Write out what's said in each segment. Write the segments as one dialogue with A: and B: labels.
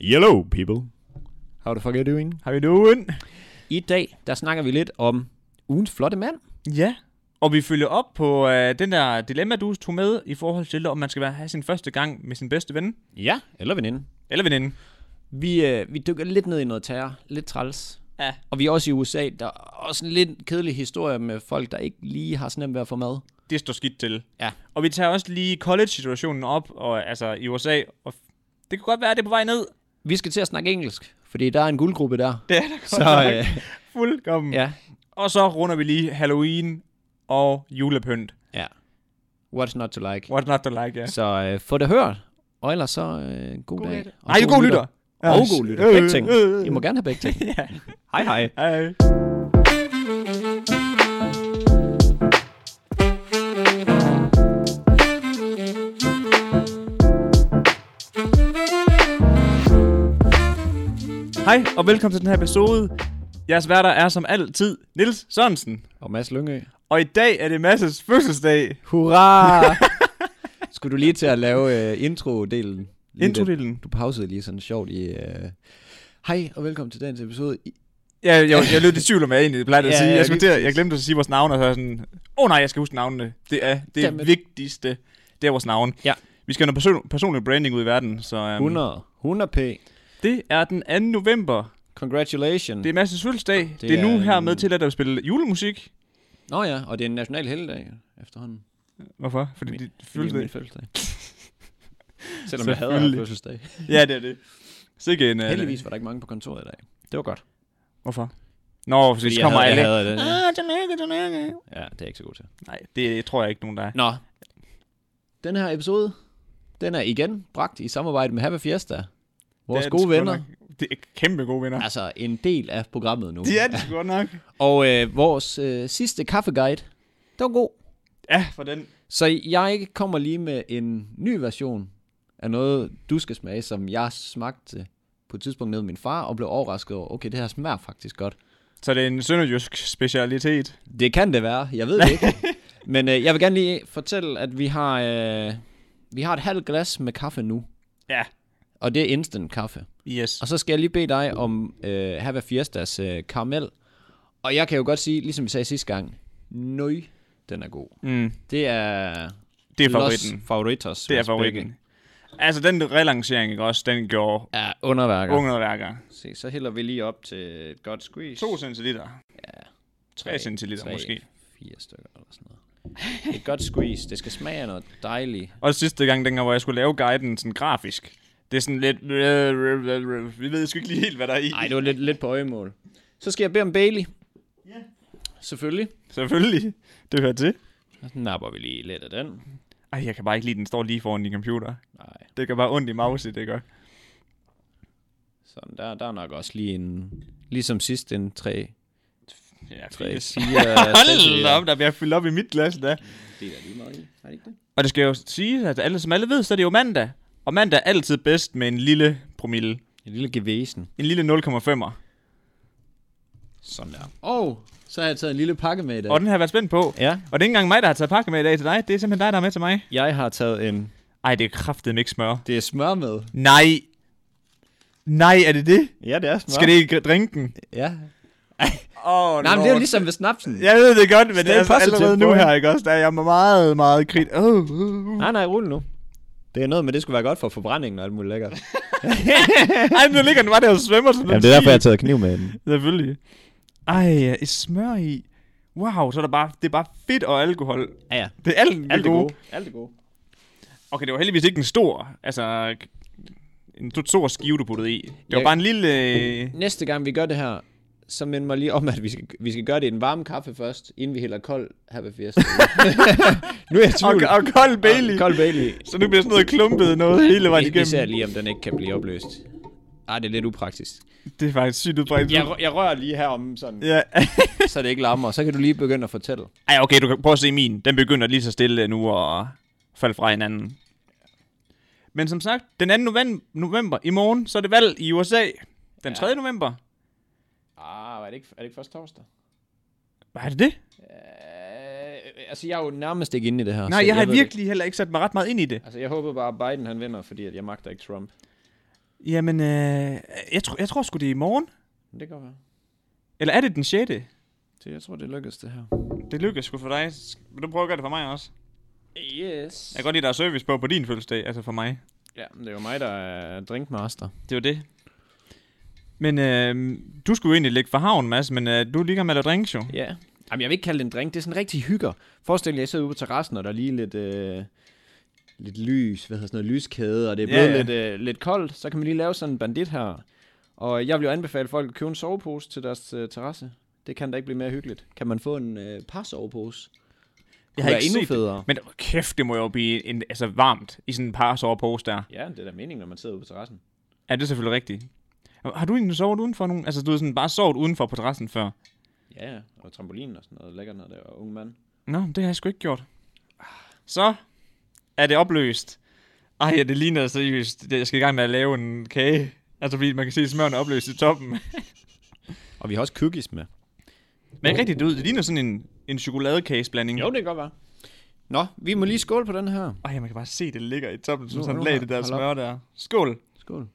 A: Hello people. How the fuck are you doing?
B: How you doing?
A: I dag, der snakker vi lidt om ugens flotte mand.
B: Ja. Og vi følger op på øh, den der dilemma, du tog med i forhold til, om man skal være, have sin første gang med sin bedste ven.
A: Ja, eller veninde.
B: Eller veninde.
A: Vi, øh, vi dykker lidt ned i noget terror, lidt træls.
B: Ja.
A: Og vi er også i USA, der er også en lidt kedelig historie med folk, der ikke lige har så nemt ved at få mad.
B: Det står skidt til.
A: Ja.
B: Og vi tager også lige college-situationen op, og, altså i USA. Og f- det kan godt være, at det er på vej ned.
A: Vi skal til at snakke engelsk, fordi der er en guldgruppe der.
B: Det er der godt
A: Så
B: nok.
A: øh,
B: Fuldkommen.
A: ja.
B: Og så runder vi lige Halloween og julepynt.
A: ja. What's not to like?
B: What's not to like, ja.
A: Så øh, få det hørt, og ellers så øh, god, god dag. Og
B: Nej, du er god lytter. Øh,
A: Og god lytter. Begge ting. I må gerne have begge ting. Hej hej.
B: Hej. Hej og velkommen til den her episode. Jeres værter er som altid Nils Sørensen.
A: Og Mads Lyngø.
B: Og i dag er det Masses fødselsdag.
A: Hurra! Skulle du lige til at lave øh, intro-delen? Lige lidt?
B: Introdelen.
A: Du pausede lige sådan sjovt i... Øh... Hej og velkommen til dagens episode. I...
B: Ja, jeg, jeg lød lidt i tvivl om, hvad jeg egentlig plejede at
A: Ja,
B: sige.
A: ja,
B: Jeg, skulle til,
A: lige
B: at- jeg glemte at sige vores navne, og så er jeg sådan, åh oh, nej, jeg skal huske navnene. Det er det
A: Dammit.
B: vigtigste, det er vores navn.
A: Ja.
B: Vi skal have noget person, personlig branding ud i verden, så um,
A: 100. 100 p.
B: det er den 2. november.
A: Congratulations.
B: Det er Mads' fødselsdag. Det,
A: Det
B: det er nu
A: er
B: her
A: en-
B: med til at der spille julemusik.
A: Nå ja, og det er en national helligdag efterhånden.
B: Hvorfor? Fordi
A: Min-
B: det er
A: Fordi det er min
B: fødselsdag.
A: fødselsdag. Selvom jeg hader at have
B: Selvfølgelig.
A: fødselsdag.
B: Ja, det er det. Sikke en... øh,
A: Heldigvis var der ikke mange på kontoret i dag. Det var godt.
B: Hvorfor? Nå, fordi, fordi så kommer alle.
A: hader det.
B: Ah, tillykke, tillykke.
A: Ja, det er jeg ikke så godt til.
B: Nej, det tror jeg ikke, nogen der er.
A: Nå. Den her episode, den er igen bragt i samarbejde med Happy Fiesta. Vores
B: Det er
A: gode
B: de sgu
A: venner.
B: nok. Det er kæmpe gode venner.
A: Altså en del af programmet nu.
B: De er det sgu godt nok.
A: Og øh, vores øh, sidste kaffeguide, den var god.
B: Ja, for den.
A: Så jeg kommer lige med en ny version af noget, du skal smage, som jeg smagte på et tidspunkt ned med min far, og blev overrasket over, okay, det her smager faktisk godt.
B: Så det er en sønderjysk specialitet.
A: Det kan det være, jeg ved det ikke. Men øh, jeg vil gerne lige fortælle, at vi har, øh, vi har et halvt glas med kaffe nu.
B: Ja.
A: Og det er instant kaffe.
B: Yes.
A: Og så skal jeg lige bede dig om øh, Hava Fiestas øh, karamel. Og jeg kan jo godt sige, ligesom vi sagde sidste gang, nøj, den er god.
B: Mm,
A: Det er...
B: det er
A: Los
B: favoritten.
A: favoritos.
B: Det er
A: hos
B: favoritten.
A: begge.
B: Altså, den relancering, ikke også, den gjorde
A: Ja, underværker.
B: ja. ungerværker.
A: Se, så hælder vi lige op til et godt squeeze.
B: 2 centiliter. 3 centiliter
A: tre,
B: måske.
A: Fire stykker eller sådan noget. Et godt squeeze. Det skal smage af noget dejligt.
B: Og sidste gang, dengang, hvor jeg skulle lave guiden sådan grafisk, det er sådan lidt... Vi ved sgu ikke lige helt, hvad der er i.
A: Nej, det var lidt, lidt på øjemål. Så skal jeg bede om Bailey.
B: Ja.
A: Selvfølgelig.
B: Selvfølgelig. Det hører til.
A: Så napper vi lige lidt af den.
B: Ej, jeg kan bare ikke lide, at den står lige foran din computer.
A: Nej,
B: Det gør bare ondt i mouse, det gør.
A: sådan der. Der er nok også lige en... Ligesom sidst en 3,
B: Ja,
A: 3, 4, 6.
B: Hold da op, der bliver fyldt op i mit glas, der.
A: Det er lige meget i. Er det ikke det?
B: Og det skal jo sige, at alle, som alle ved, så er det jo mandag. Og mandag er altid bedst med en lille promille.
A: En lille gevæsen.
B: En lille 0,5'er.
A: Sådan der. Og så har jeg taget en lille pakke med i dag.
B: Og den har jeg været spændt på.
A: Ja,
B: Og det er ikke engang mig, der har taget pakke med i dag til dig. Det er simpelthen dig, der er med til mig.
A: jeg har taget en...
B: Ej, det er kraftet ikke smør.
A: Det er smør med.
B: Nej. Nej, er det det?
A: Ja, det er smør.
B: Skal det ikke drinke den?
A: Ja.
B: Åh, oh,
A: Nej, men det er jo ligesom ved snapsen.
B: Jeg ved det godt, men det
A: Stay
B: er altså
A: positive,
B: allerede nu
A: boy.
B: her, ikke også? Der er jeg meget, meget krit. Oh, uh, uh.
A: Nej, nej, rul nu. Det er noget med, det skulle være godt for forbrændingen og alt muligt lækkert.
B: Ej, nu ligger den bare der og svømmer sådan en sil.
A: taget kniv med den.
B: Selvfølgelig. Ej, et smør i. Wow, så er der bare, det er bare fedt og alkohol.
A: Ja, ja.
B: Det er alt,
A: Alt det gode. Alt det gode.
B: Okay, det var heldigvis ikke en stor, altså en to- stor skive, du puttede i. Det var
A: Jeg-
B: bare en lille... øh,
A: Næste gang vi gør det her, så mind mig lige om, at vi skal, vi skal gøre det i den varme kaffe først, inden vi hælder kold Happy Fiesta. i. nu er jeg i
B: Og,
A: tvivl.
B: og kold Bailey.
A: Kold Bailey.
B: Så nu bliver sådan noget klumpet noget hele vejen
A: Vi, vi ser
B: igennem.
A: lige, om den ikke kan blive opløst. Ej, det er lidt upraktisk.
B: Det er faktisk sygt udbredt.
A: Jeg, rø- jeg rører lige her om sådan,
B: Ja.
A: så det ikke lammer. Så kan du lige begynde at fortælle.
B: Ej, okay, du kan prøve at se min. Den begynder lige så stille nu og falde fra hinanden. Men som sagt, den 2. november, november i morgen, så er det valg i USA. Den 3. november.
A: Ah, er det ikke, er det ikke først torsdag?
B: Hvad er det det?
A: Øh, altså, jeg er jo nærmest ikke inde i det her. så
B: Nej, jeg har
A: ved det
B: virkelig heller ikke sat mig ret meget ind i det.
A: ikke. Altså, jeg håber bare, at Biden han vinder, fordi at jeg magter ikke Trump.
B: Jamen, øh, jeg, tr- jeg tror sgu, det er i morgen.
A: Det kan være.
B: Eller er det den 6.
A: Det, jeg tror, det lykkes, det her.
B: Det lykkes sgu for dig. Sk- Vil du prøve at gøre det for mig også?
A: Yes.
B: Jeg kan godt lide, at der er service på på din fødselsdag, altså for mig.
A: Ja, men det er jo mig, der er drinkmaster.
B: Det var det. Men øh, du skulle jo egentlig ligge for havn, Mads, men øh, du ligger med at lave drinks jo.
A: Ja. Jamen, jeg vil ikke kalde det en drink. Det er sådan rigtig hygger. Forestil jer, jeg sidder ude på terrassen, og der er lige lidt... Øh, lidt lys, hvad hedder sådan noget, lyskæde, og det er
B: Ja,
A: blevet
B: ja.
A: lidt, øh, lidt koldt, så kan man lige lave sådan en bandit her. Og jeg vil jo anbefale folk at købe en sovepose til deres øh, terrasse. Det kan da ikke blive mere hyggeligt. Kan man få en øh, par sovepose?
B: Jeg
A: Kunne
B: har
A: være
B: ikke
A: endnu
B: set det.
A: federe.
B: Men kæft, det må jo blive en, altså varmt i sådan en par sovepose der.
A: Ja, det er da meningen, når man sidder ude på terrassen.
B: Ja, det er selvfølgelig rigtigt. Har du egentlig sovet udenfor nogen? Altså, du har sådan bare sovet udenfor på terrassen før.
A: Ja, ja, og trampolinen og sådan noget. Lækker noget der, og unge mand.
B: Nå, det har jeg sgu ikke gjort. Så er det opløst. Ej, ja, det ligner seriøst. Jeg skal i gang med at lave en kage. Altså, fordi man kan se smøren er opløst i toppen.
A: Og vi har også cookies med.
B: Men ikke rigtigt, det, ud. det ligner sådan en, en chokoladekageblanding.
A: Jo, det kan godt være. Nå, vi må lige skåle på den her.
B: Ej, man kan bare se, det ligger i toppen, som
A: Nu-
B: sådan
A: nu
B: lag
A: har-
B: det der
A: hold op.
B: smør der. Skål.
A: Skål.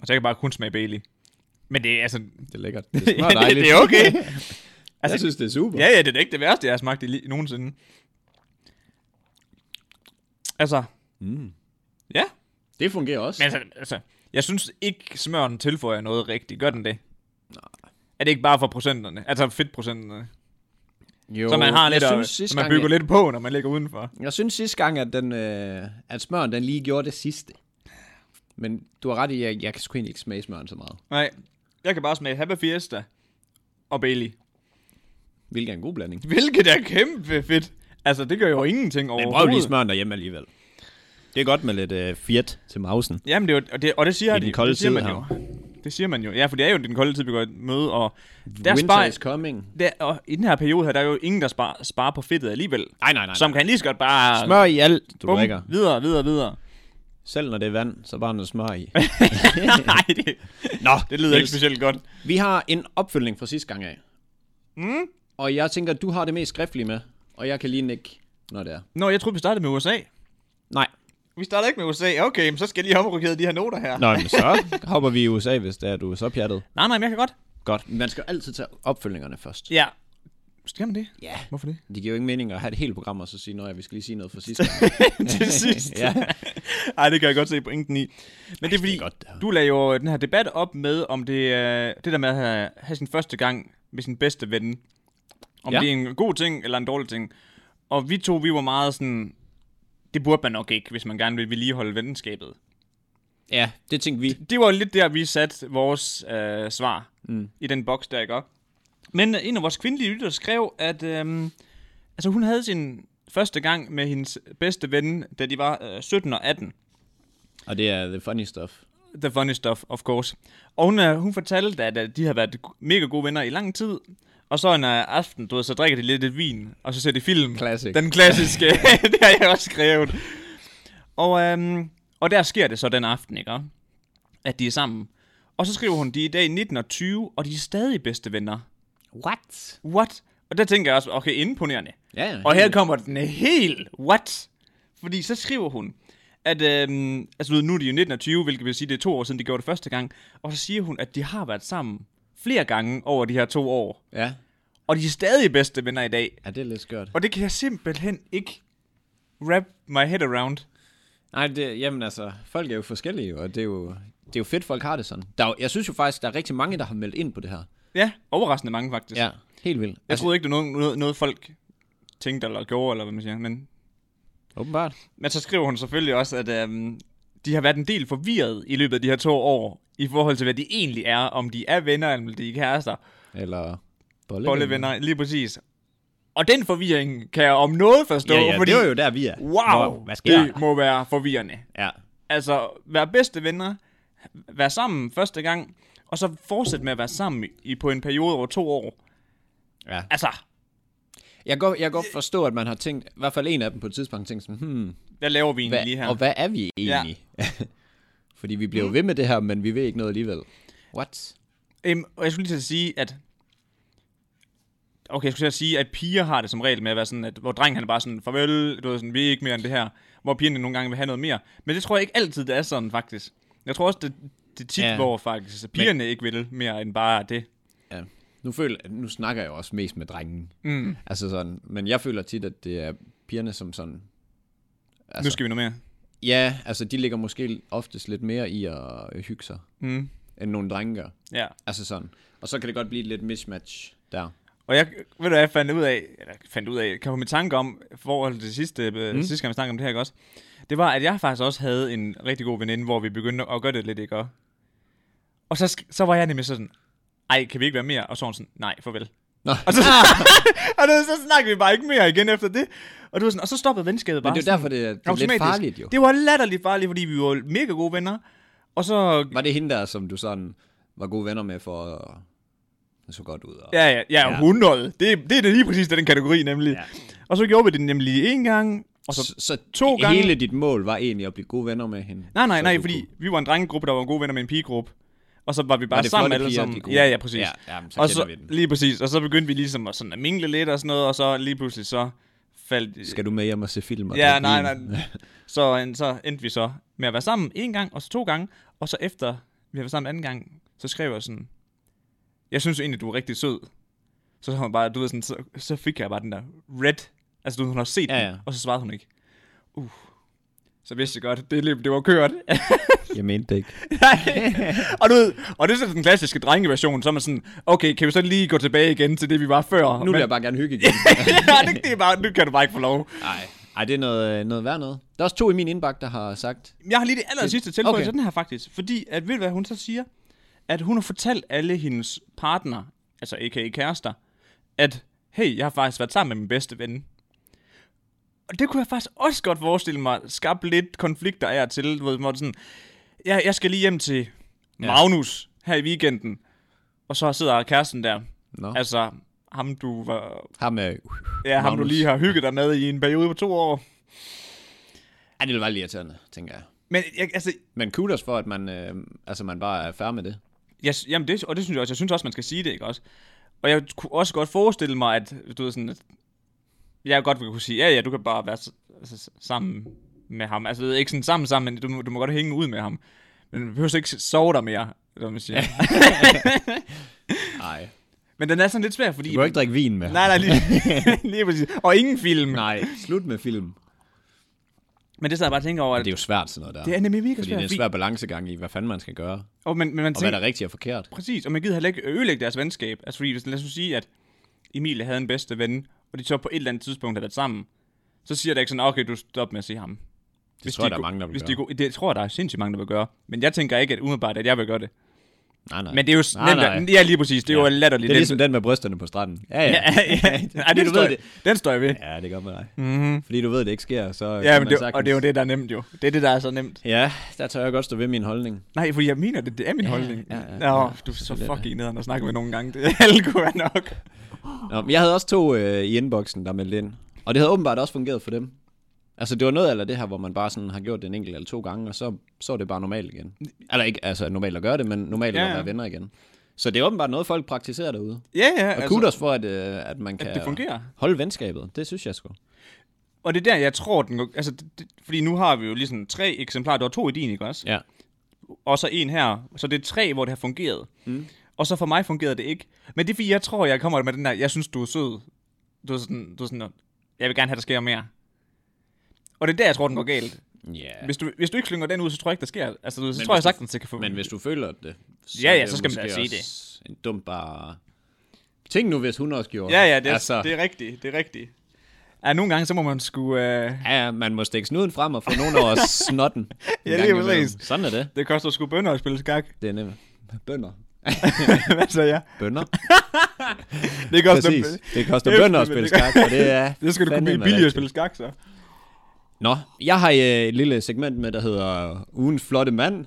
B: Og så kan jeg bare kun smage Bailey. Men det er altså...
A: Det er lækkert.
B: Det smager Ja, det- dejligt. det er okay. Altså-
A: jeg synes, det er super.
B: Ja, ja, det er da ikke det værste, jeg har smagt i li- nogensinde. Altså,
A: Mm.
B: ja.
A: Det fungerer også.
B: Men altså, altså, jeg synes ikke, smøren tilføjer noget rigtigt. Gør den det? Er det ikke bare for procenterne? Altså fedtprocenterne?
A: Jo,
B: Så man har lidt
A: jeg
B: at,
A: synes,
B: så
A: sidste
B: man
A: gang,
B: bygger
A: jeg,
B: lidt på, når man ligger udenfor.
A: jeg synes sidste gang, at, den, øh, at smøren den lige gjorde det sidste. Men du har ret i, at jeg, jeg kan sgu egentlig ikke smage smøren så meget.
B: Nej, jeg kan bare smage Habba Fiesta og Bailey.
A: Hvilket er en god blanding.
B: Hvilket er kæmpe fedt. Altså, det gør jo ingenting
A: Men
B: overhovedet.
A: prøv lige smøren derhjemme alligevel. Det er godt med lidt øh, fjert til mausen.
B: Jamen, det er jo, og, det, og det siger,
A: I den
B: de-
A: kolde
B: det siger
A: tid
B: man
A: her.
B: jo. Det siger man jo. Ja, for det er jo den kolde tid, vi går i møde, og der
A: Winter
B: sparer,
A: is coming.
B: der, og i den her periode her, der er jo ingen, der sparer, sparer på fedtet alligevel.
A: Nej, nej, nej.
B: Som kan lige så godt bare...
A: Smør i alt, du
B: bum,
A: drikker.
B: videre, videre, videre.
A: Selv når det er vand, så bare noget smør i.
B: Nej, det,
A: Nå,
B: det lyder ikke specielt godt.
A: Vi har en opfølgning fra sidste gang af. Mm. Og jeg tænker, at du har det mest skriftlige med, og jeg kan lige nikke, når det er.
B: Nå, jeg troede, vi startede med USA.
A: Nej.
B: Vi starter ikke med USA. Okay, men så skal jeg lige omrokere de her noter her.
A: Nå, men så hopper vi i USA, hvis det er, du er så pjattet.
B: Nej, nej, men jeg kan godt.
A: Godt. Man skal jo altid tage opfølgingerne først.
B: Ja. Skal man det?
A: Ja.
B: Hvorfor det?
A: Det giver jo ingen mening at have et helt program, og så sige, at vi skal lige sige noget fra sidste gang.
B: Til sidst.
A: ja.
B: Ej, det kan jeg godt se pointen i. Men det er fordi,
A: er godt, det her.
B: du lagde jo den her debat op med, om det, øh, det der med at have, have sin første gang med sin bedste ven, om
A: Ja.
B: det er en god ting eller en dårlig ting. Og vi to, vi var meget sådan, det burde man nok ikke, hvis man gerne vil vedligeholde venskabet.
A: ja, det tænkte vi.
B: Det var lidt der, vi satte vores øh, svar mm. i den boks der, ikke også? Men øh, en af vores kvindelige lytter skrev, at øhm, altså, hun havde sin første gang med hendes bedste ven, da de var øh, 17 og 18.
A: Og det er the funny stuff.
B: The funny stuff, of course. Og hun, øh, hun fortalte, at, at de har været go- mega gode venner i lang tid. Og så en øh, aften, du ved, så drikker de lidt et vin, og så ser de film.
A: Classic.
B: Den klassiske, det har jeg også skrevet. Og, øhm, og der sker det så den aften, ikke? At de er sammen. Og så skriver hun, de er i dag 19 og 20, og de er stadig bedste venner.
A: What?
B: What? Og der tænker jeg også, okay, imponerende.
A: Ja, ja.
B: Og her kommer den helt what? Fordi så skriver hun, at øhm, altså, du ved, nu er de jo 19 og 20, hvilket vil sige, det er to år siden, de gjorde det første gang. Og så siger hun, at de har været sammen flere gange over de her to år.
A: Ja.
B: Og de er stadig bedste venner i dag.
A: ja, det er lidt skørt.
B: Og det kan jeg simpelthen ikke wrap my head around.
A: Nej, det, jamen altså, folk er jo forskellige, og det er jo, det er jo fedt, folk har det sådan. Der er, jo- jeg synes jo faktisk, der er rigtig mange, der har meldt ind på det her.
B: Ja, overraskende mange faktisk.
A: Ja, helt vildt.
B: Jeg troede ikke, det var noget, noget, noget folk tænkte eller gjorde, eller hvad man siger. Men,
A: Åbenbart.
B: men så skriver hun selvfølgelig også, at øhm, de har været en del forvirret i løbet af de her to år, i forhold til, hvad de egentlig er, om de er venner, eller om de er kærester.
A: Eller bollevenner.
B: bollevenner, lige præcis. Og den forvirring kan jeg om noget forstå,
A: Ja, ja,
B: fordi
A: fordi... det er jo der, vi er.
B: wow,
A: Nå, hvad sker
B: det
A: der?
B: må være forvirrende.
A: Ja.
B: Altså, være bedste venner, være sammen første gang, og så fortsætte med at være sammen i- i, på en periode over to år.
A: ja.
B: Altså,
A: Jeg kan, godt- jeg kan godt forstå, at man har tænkt, i hvert fald en af dem på et tidspunkt, tænkt sådan, hmm,
B: hvad laver vi egentlig
A: hvad,
B: lige her?
A: og hvad er vi egentlig? Ja. fordi vi bliver jo ved med det her, men vi ved ikke noget alligevel. What?
B: Øhm, og jeg skulle lige til at sige, at okay, jeg skulle til at sige, at piger har det som regel med at være sådan, at hvor drengen han er bare sådan, farvel, du ved, sådan, vi er ikke mere end det her. Hvor pigerne nogle gange vil have noget mere. Men det tror jeg ikke altid, det er sådan, faktisk. Jeg tror også, det, det er tit,
A: Ja.
B: ja. hvor faktisk pigerne Men... ikke vil mere end bare det.
A: Ja. Nu, føler, nu snakker jeg jo også mest med drengen.
B: Mm.
A: Altså sådan, men jeg føler tit, at det er pigerne, som sådan...
B: Altså. Nu skal vi noget mere.
A: Ja, altså de ligger måske oftest lidt mere i at hygge sig,
B: Mm.
A: end nogle drenge gør.
B: Ja.
A: Altså sådan. Og så kan det godt blive lidt mismatch der.
B: Og jeg, ved du hvad jeg fandt ud af, eller fandt ud af, kan komme i tanke om, i forhold til det sidste, mm. sidste gang vi snakkede om det her, ikke også? Det var, at jeg faktisk også havde en rigtig god veninde, hvor vi begyndte at gøre det lidt, ikke også? Og så, sk- så var jeg nemlig sådan, ej, kan vi ikke være mere? Og så var hun sådan, nej, farvel.
A: Nå.
B: Og så, og det, så snakkede vi bare ikke mere igen efter det. Og, det var sådan, og så stoppede venskabet bare.
A: Men det er jo derfor, det er, det er lidt
B: automatisk.
A: farligt jo.
B: Det var latterligt farligt, fordi vi var mega gode venner. Og så
A: Var det hende der, som du sådan var gode venner med for at det så godt ud? Og...
B: Ja, ja, ja,
A: Ja.
B: ja. 100. Det, det er det lige præcis den kategori, nemlig.
A: Ja.
B: Ja. Og så gjorde vi det nemlig en gang. Og så,
A: Så, så
B: to gange-
A: hele dit mål var egentlig at blive gode venner med hende?
B: nej, nej,
A: Så
B: nej,
A: du
B: fordi
A: kunne-
B: vi var en drengegruppe, der var gode venner med en pigegruppe. Og så var vi bare
A: Var det
B: sammen
A: flotte
B: alle
A: piger, de
B: sammen.
A: gode?
B: Ja, ja, præcis.
A: Ja, jamen, så
B: og
A: kender
B: så,
A: vi den.
B: Lige præcis. Og så begyndte vi ligesom at, sådan at mingle lidt og sådan noget, og så lige pludselig så faldt...
A: Skal du med hjem og se film? Og
B: Ja,
A: drikke
B: nej,
A: vin?
B: nej. Så, en- så endte vi så med at være sammen en gang, og så to gange, og så efter vi har været sammen anden gang, så skrev jeg sådan, jeg synes egentlig, du er rigtig sød. Så, så, hun bare, du ved, sådan, så, så fik jeg bare den der red, altså du ved, hun har set
A: Ja,
B: ja, ja.
A: ja.
B: den, og så svarede hun ikke. Uh, så vidste jeg godt, det, løb, det var kørt.
A: Jeg mente det ikke.
B: Nej. og, du ved, og det er så den klassiske drengeversion, så er man sådan, okay, kan vi så lige gå tilbage igen til det, vi var før?
A: Nu vil jeg bare gerne hygge igen.
B: ja, det, det er bare, nu kan du bare ikke få lov.
A: Nej, Ej, det er noget, øh, noget værd noget. Der er også to i min indbakke, der har sagt,
B: Jeg har lige det aller sidste tilføjelse
A: Okay.
B: okay. den her faktisk. Fordi, at ved du hvad hun så siger? At hun har fortalt alle hendes partner, altså a.k.a. kærester, at hey, jeg har faktisk været sammen med min bedste ven. Og det kunne jeg faktisk også godt forestille mig, skabte lidt konflikter af og til, du ved, hvor det sådan, jeg, jeg skal lige hjem til Magnus her i weekenden, og så sidder kæresten der,
A: Nå, altså,
B: altså ham du, var,
A: ham uh. er...
B: ja, ham, du
A: Magnus.
B: lige har hygget dig med i en periode på to år.
A: Ja, det er bare lidt irriterende, tænker jeg.
B: Men jeg, altså,
A: Men kudos for, at man, øh, altså, man bare er færdig med det.
B: Jeg, sy- jamen det, og det synes jeg også. Jeg synes også, man skal sige det, ikke også? Og jeg kunne også godt forestille mig, at du ved sådan, at jeg godt vil kunne sige, ja, ja, du kan bare være s- altså, s- sammen med ham. Altså, det er ikke sådan sammen sammen, men du, må- du må godt hænge ud med ham. Men du behøver så ikke sove der mere, som man siger.
A: Nej.
B: men den er sådan lidt svær,
A: Du
B: fordi...
A: kan jo ikke drikke vin med ham.
B: Nej, nej, lige, lige præcis. Og ingen film. Nej.
A: Nej, slut med film.
B: Men det sad jeg bare og tænkte over,
A: Det
B: at
A: er jo svært sådan noget der.
B: det er nemlig mega
A: fordi det
B: svært.
A: er en
B: fordi-
A: svær balancegang i, hvad fanden man skal gøre. Og
B: Og, men, men man
A: hvad
B: tænker,
A: der er rigtigt og forkert.
B: Præcis, og man gider heller ikke ødelægge deres venskab. Altså fordi, hvis, lad os nu sige, at Emilie havde en bedste ven, og de så på et eller andet tidspunkt havde været sammen, så siger det ikke sådan, okay, du stop med at se ham. Det hvis
A: tror jeg,
B: de er
A: der er
B: go-
A: mange, der vil
B: hvis
A: gøre.
B: De er go- det tror jeg, der er sindssygt mange, der vil gøre. Men jeg tænker ikke at umiddelbart, at jeg vil gøre det.
A: Nej, nej.
B: Men det er jo s-
A: nej,
B: nemt.
A: nej.
B: at- Ja, lige præcis. Det er jo latterligt.
A: Det er
B: nemt.
A: ligesom den med brysterne på stranden. Ja, ja.
B: Ja, ja, ja.
A: Men
B: Den,
A: du
B: står
A: ved
B: jeg, den står jeg ved.
A: Ja, det gør man dig.
B: Mm-hmm.
A: Fordi du ved, det ikke sker, så
B: Ja, men det, og det er jo det, der er nemt jo. Det er det, der er så nemt.
A: Ja, der tør jeg godt stå ved min holdning.
B: Nej, for jeg mener det. Det er min ja, holdning.
A: ja, ja,
B: Nå,
A: ja,
B: du er så
A: selvfølgelig er det.
B: fucking nederen at snakke med nogle gange. Det alle kunne være nok.
A: Nå, men jeg havde også to øh, i inboxen, der meldte ind. Og det havde åbenbart også fungeret for dem. Altså, det var noget af det her, hvor man bare sådan har gjort det en enkelt eller to gange, og så, så er det bare normalt igen. Eller ikke altså, normalt at gøre det, men normalt
B: Ja,
A: at
B: ja.
A: være venner igen. Så det er åbenbart noget, folk praktiserer derude. Og
B: Ja, ja.
A: altså, kudos for, at, øh, at man kan
B: at det fungerer.
A: holde venskabet. Det synes jeg sgu.
B: Og det er der, jeg tror, den går... Altså, det, det, fordi nu har vi jo ligesom tre eksemplarer. Der var to i din, ikke også?
A: Ja.
B: Og så en her. Så det er tre, hvor det har fungeret. Mm. Og så for mig fungerede det ikke. Men det er fordi, jeg tror, jeg kommer med den der, jeg synes, du er sød. Du er sådan, du er sådan jeg vil gerne have, der sker mere. Og det er der, jeg tror, den går galt.
A: Ja.
B: Hvis du, hvis du ikke slynger den ud, så tror jeg ikke, der sker. Altså, du, så
A: Men
B: tror jeg
A: hvis du-
B: sagtens, det kan få...
A: Men hvis du føler det,
B: Ja, ja,
A: er det
B: så skal man da
A: måske
B: sige det.
A: også En dum bare... Tænk nu, hvis hun også gjorde
B: Ja, ja,
A: altså,
B: det, altså... det er rigtigt. Det er rigtigt. Ja, nogle gange, så må man sgu... Øh...
A: Ja, man må stikke snuden frem og få nogen over snotten. en
B: Ja,
A: gang
B: lige
A: imellem.
B: præcis.
A: Sådan er det.
B: Det koster sgu bønder at spille skak.
A: Det er nemt. Bønder.
B: Hvad så jeg?
A: Bønder.
B: Det koster
A: Præcis. Det koster
B: Kæft,
A: bønder at
B: men
A: spille
B: det gør-
A: skak, og det er...
B: Det skal du kunne
A: fandeme
B: blive billigere at
A: rigtigt.
B: spille skak, så.
A: Nå, jeg har øh, et lille segment med, der hedder øh, Ugens flotte mand.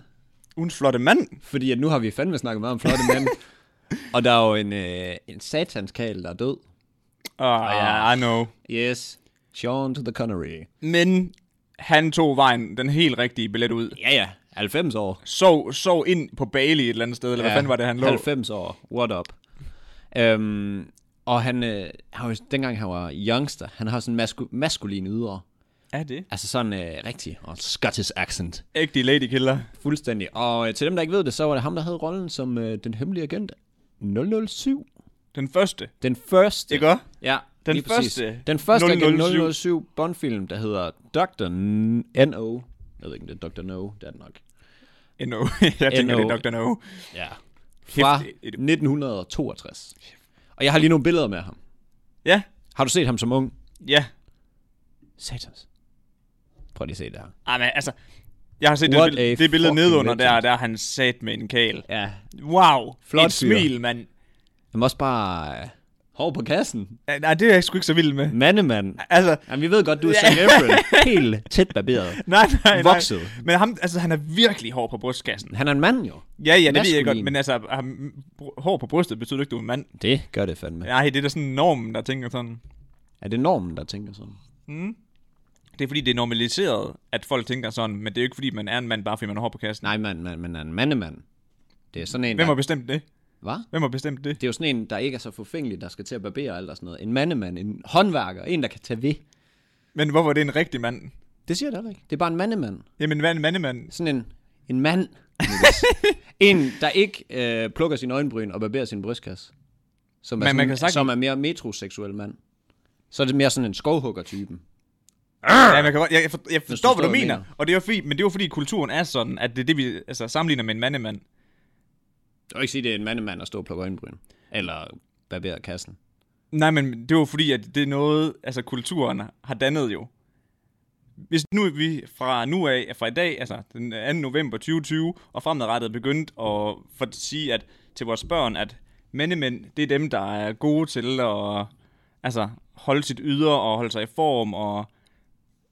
B: Ugens flotte mand.
A: Fordi at nu har vi fandme snakket meget om flotte mand. og der er jo en, øh, en satanskal, der er død.
B: Åh, oh, ja, I know.
A: Yes. Sean to the Connery.
B: Men han tog vejen, den helt rigtige billet ud.
A: Ja, ja. 90 år.
B: Sov, sov ind på Bali et eller andet sted, eller ja, hvad fanden var det, han lå?
A: 90 år. What up? Øhm, Og han, øh, han var, jo- dengang han var youngster, han har sådan en masku- maskulin ydre.
B: Er det?
A: Altså sådan øh, rigtig, og Scottish accent.
B: Ægte ladykiller.
A: Fuldstændig. Og øh, til dem, der ikke ved det, så var det ham, der havde rollen som øh, den hemmelige agent 007.
B: Den første.
A: Den første.
B: Ikke også?
A: Ja,
B: Den
A: lige præcis.
B: første.
A: Den første
B: 007.
A: agent 007 Bond-film, der hedder Dr. N.O. Jeg ved ikke, om det er Dr. No, det er det nok.
B: No. jeg tænker, det
A: NO.
B: er Dr. No.
A: Ja. Fra
B: Kæft, et-
A: 1962. Og jeg har lige nogle billeder med ham.
B: Ja,
A: Har du set ham som ung?
B: ja.
A: Satans. Prøv lige at se det her.
B: Ej, men altså, jeg har set
A: What
B: det,
A: a
B: billede, det billede
A: fucking
B: nedenunder der,
A: legend.
B: der er han sat med en kæl.
A: Ja.
B: Wow,
A: Flot
B: Flot et
A: fyr.
B: smil, mand.
A: Han var også bare øh, hår på kassen.
B: Ja, Ah, Nej, det er jeg sgu ikke så vild med.
A: Mandemand.
B: Altså,
A: Jamen, vi ved godt, du er Zac Efron. Helt tæt barberet.
B: nej, nej, nej.
A: Vokset.
B: Men ham, altså, han er virkelig hård på brystkassen.
A: Han er en mand jo.
B: Ja, ja, det ved jeg
A: Maskulin.
B: godt, men altså, ham, br- hår på brystet betyder ikke, du er en mand.
A: Det gør det fandme.
B: Nej, det er da sådan normen, der tænker sådan.
A: Er det normen, der tænker sådan?
B: Det er fordi, det er normaliseret, at folk tænker sådan, men det er jo ikke fordi, man er en mand, bare fordi man har hår på kassen.
A: Nej, man, man, man er en mandemand. Det er sådan en,
B: Hvem
A: der...
B: har bestemt det?
A: Hvad?
B: Hvem har bestemt det?
A: Det er jo sådan en, der ikke er så forfængelig, der skal til at barbere og alt og sådan noget. En mandemand, en håndværker, en, der kan tage ved.
B: Men hvorfor er det en rigtig mand?
A: Det siger det ikke. Det er bare en mandemand.
B: Jamen, hvad er en mandemand?
A: Sådan en, en mand. Niklas. en, der ikke øh, plukker sin øjenbryn og barberer sin brystkasse. Som er,
B: Men man
A: sådan,
B: kan sagtens-
A: som er mere metroseksuel mand. Så er det mere sådan en skovhugger-typen.
B: Ja, man kan godt, jeg, jeg, for, Ah! jeg forstår, hvad du
A: forstår, hvad jeg
B: mener. Og det er jo fordi, men det er jo fordi, kulturen er sådan, at det er det, vi altså, sammenligner med en mandemand.
A: Jeg vil ikke sige, det er en mandemand at stå og plukke øjenbryn. Eller barbere kassen.
B: Nej, men det er jo fordi, at det er noget, altså kulturen har dannet jo. Hvis nu vi fra nu af, fra i dag, altså den 2. november 2020, og fremadrettet begyndt at for at sige at, til vores børn, at mændemænd, det er dem, der er gode til at altså, holde sit ydre og holde sig i form og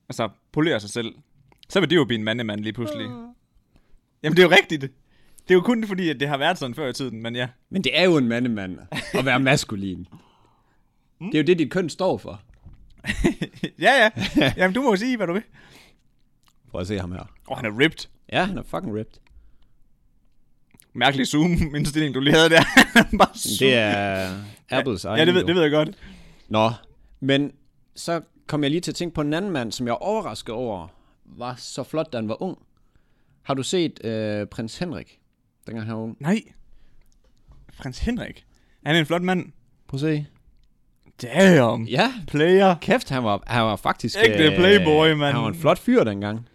B: altså, polere sig selv, så vil det jo blive en mandemand lige pludselig. Jamen det er jo rigtigt. Det er jo kun fordi, at det har været sådan før i tiden, men ja.
A: Men det er jo en mandemand at være maskulin.
B: Mm.
A: Det er jo det, dit køn står for.
B: ja, ja. Jamen du må jo sige, hvad du vil.
A: Prøv at se ham her.
B: Og han er ripped.
A: Ja, han er fucking ripped.
B: Mærkelig Zoom-indstilling, du lige havde der. Bare zoom.
A: Det er Apples egen.
B: ja, det ved,
A: jo.
B: det ved jeg godt.
A: Nå, men så kom jeg lige til at tænke på en anden mand, som jeg er overrasket over, var så flot, da han var ung. Har du set øh, prins Henrik, dengang han var ung?
B: Nej. Prins Henrik. Han er en flot mand.
A: Prøv at se.
B: Damn.
A: Ja,
B: Player.
A: kæft, han var, han var faktisk... øh,
B: Ægte playboy, mand.
A: Han var en flot fyr dengang.